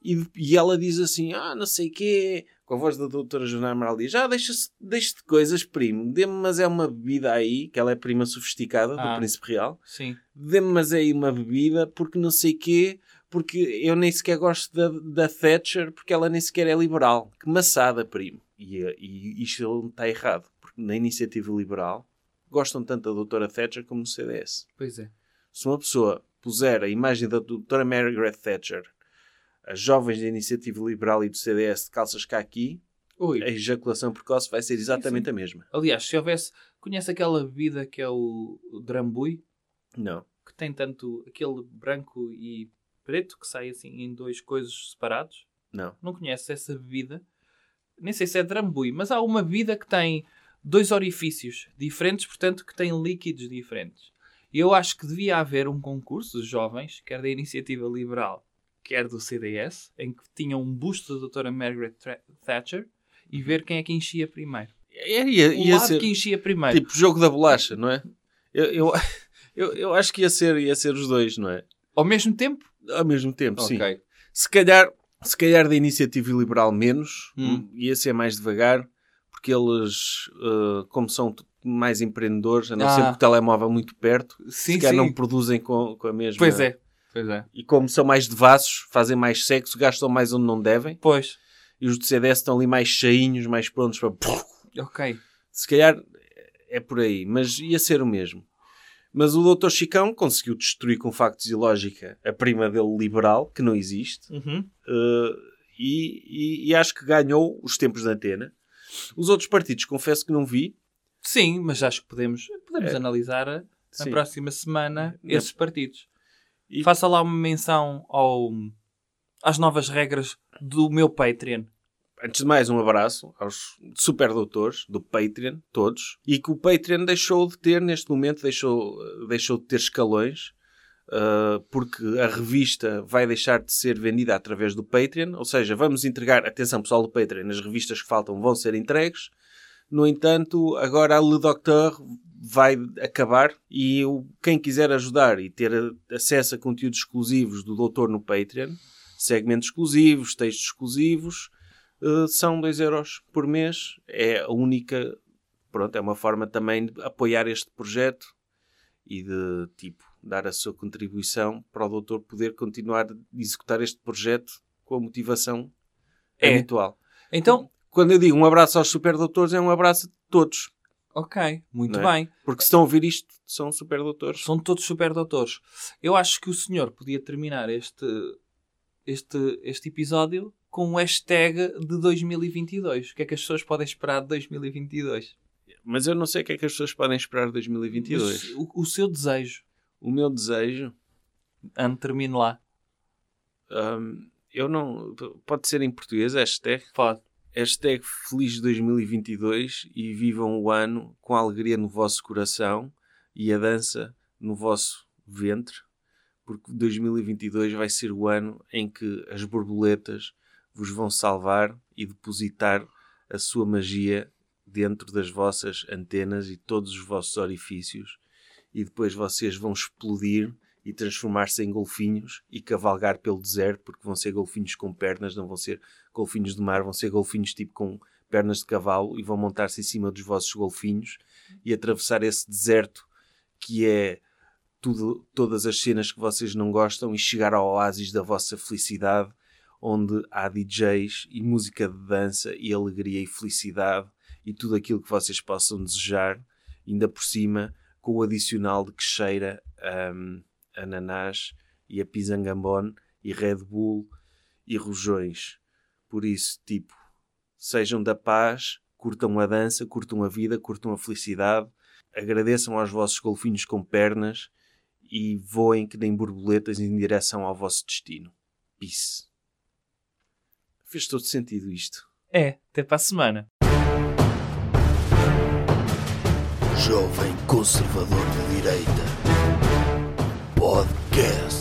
Speaker 2: E, e ela diz assim, ah, não sei quê, com a voz da doutora Joana Amaral diz, ah, deixa-se deixa de coisas, primo, dê-me mas é uma bebida aí, que ela é prima sofisticada
Speaker 3: Ah.
Speaker 2: do Príncipe Real,
Speaker 3: Sim.
Speaker 2: dê-me mas é aí uma bebida, porque não sei quê, porque eu nem sequer gosto da, da Thatcher, porque ela nem sequer é liberal. Que maçada, primo. E, e isto ele está errado, porque na iniciativa liberal gostam tanto da doutora Thatcher como do CDS
Speaker 3: Pois é.
Speaker 2: se uma pessoa puser a imagem da doutora Margaret Thatcher, as jovens da Iniciativa Liberal e do CDS de calças cá aqui,
Speaker 3: Oi.
Speaker 2: a ejaculação precoce vai ser exatamente
Speaker 3: sim.
Speaker 2: a mesma.
Speaker 3: Aliás, se houvesse. Conhece aquela bebida que é o o Drambui?
Speaker 2: Não.
Speaker 3: Que tem tanto aquele branco e preto que sai assim em dois coisas separados?
Speaker 2: Não.
Speaker 3: Não conhece essa bebida? Nem sei se é Drambui, mas há uma bebida que tem dois orifícios diferentes, portanto que tem líquidos diferentes. E eu acho que devia haver um concurso de jovens, quer da Iniciativa Liberal, que era do CDS, em que tinha um busto da doutora Margaret Tra- Thatcher e ver quem é que enchia primeiro.
Speaker 2: Era, ia,
Speaker 3: O
Speaker 2: ia
Speaker 3: lado
Speaker 2: ser
Speaker 3: que enchia primeiro.
Speaker 2: tipo jogo da bolacha, não é? Eu, eu, eu, eu acho que ia ser, ia ser os dois, não é?
Speaker 3: Ao mesmo tempo?
Speaker 2: Ao mesmo tempo, sim.
Speaker 3: Ok.
Speaker 2: Se calhar, se calhar da iniciativa liberal menos,
Speaker 3: Hum.
Speaker 2: ia ser mais devagar, porque eles, eh, como são t- mais empreendedores, andam
Speaker 3: Ah.
Speaker 2: sempre com o telemóvel muito perto,
Speaker 3: Sim,
Speaker 2: se calhar
Speaker 3: sim.
Speaker 2: não produzem com, com a mesma.
Speaker 3: Pois é. Pois é.
Speaker 2: E como são mais devassos, fazem mais sexo, gastam mais onde não devem,
Speaker 3: Pois.
Speaker 2: e os do CDS estão ali mais cheinhos, mais prontos para.
Speaker 3: Ok.
Speaker 2: Se calhar é por aí, mas ia ser o mesmo. Mas o Dr. Chicão conseguiu destruir com factos e lógica a prima dele liberal, que não existe. Uh, e, e- e acho que ganhou os tempos da antena. Os outros partidos, confesso que não vi.
Speaker 3: Sim, mas acho que podemos, podemos analisar a- na
Speaker 2: É. Sim.
Speaker 3: próxima semana
Speaker 2: Na-
Speaker 3: esses partidos.
Speaker 2: E-
Speaker 3: Faça lá uma menção ao, às novas regras do meu Patreon.
Speaker 2: Antes de mais, um abraço aos super doutores do Patreon, todos, e que o Patreon deixou de ter, neste momento, deixou, uh, deixou de ter escalões, uh, porque a revista vai deixar de ser vendida através do Patreon, ou seja, vamos entregar, atenção pessoal do Patreon, as revistas que faltam vão ser entregues, No entanto, agora a Le Docteur vai acabar e o- quem quiser ajudar e ter a- acesso a conteúdos exclusivos do Doutor no Patreon, segmentos exclusivos, textos exclusivos, eh, são 2 euros por mês. É a única, pronto, é uma forma também de apoiar este projeto e de, tipo, dar a sua contribuição para o Doutor poder continuar a executar este projeto com a motivação
Speaker 3: É.
Speaker 2: habitual.
Speaker 3: Então,
Speaker 2: Quando eu digo um abraço aos superdoutores, é um abraço de todos.
Speaker 3: ok, muito
Speaker 2: Não é?
Speaker 3: bem.
Speaker 2: Porque se estão a ouvir isto, são superdoutores.
Speaker 3: São todos super doutores. Eu acho que o senhor podia terminar este, este, este episódio com um hashtag de 2022. O que é que as pessoas podem esperar de 2022?
Speaker 2: Mas eu não sei o que é que as pessoas podem esperar de 2022.
Speaker 3: O, o seu desejo.
Speaker 2: O meu desejo,
Speaker 3: Ano termine lá.
Speaker 2: hum, eu não. Pode ser em português, hashtag.
Speaker 3: Pode.
Speaker 2: Hashtag feliz 2022 e vivam o ano com a alegria no vosso coração e a dança no vosso ventre, porque 2022 vai ser o ano em que as borboletas vos vão salvar e depositar a sua magia dentro das vossas antenas e todos os vossos orifícios, e depois vocês vão explodir e transformar-se em golfinhos e cavalgar pelo deserto, porque vão ser golfinhos com pernas, não vão ser golfinhos de mar, vão ser golfinhos tipo com pernas de cavalo e vão montar-se em cima dos vossos golfinhos e atravessar esse deserto que é tudo, todas as cenas que vocês não gostam e chegar ao oásis da vossa felicidade, onde há DJs e música de dança e alegria e felicidade e tudo aquilo que vocês possam desejar, ainda por cima com o adicional de que cheira hum, ananás e a pisangambone e Red Bull e rojões. Por isso, tipo, sejam da paz, curtam a dança, curtam a vida, curtam a felicidade, agradeçam aos vossos golfinhos com pernas e voem que nem borboletas em direção ao vosso destino. Peace. Fez todo sentido isto.
Speaker 3: É, até para a semana.
Speaker 1: Jovem Conservador de Direita. Podcast.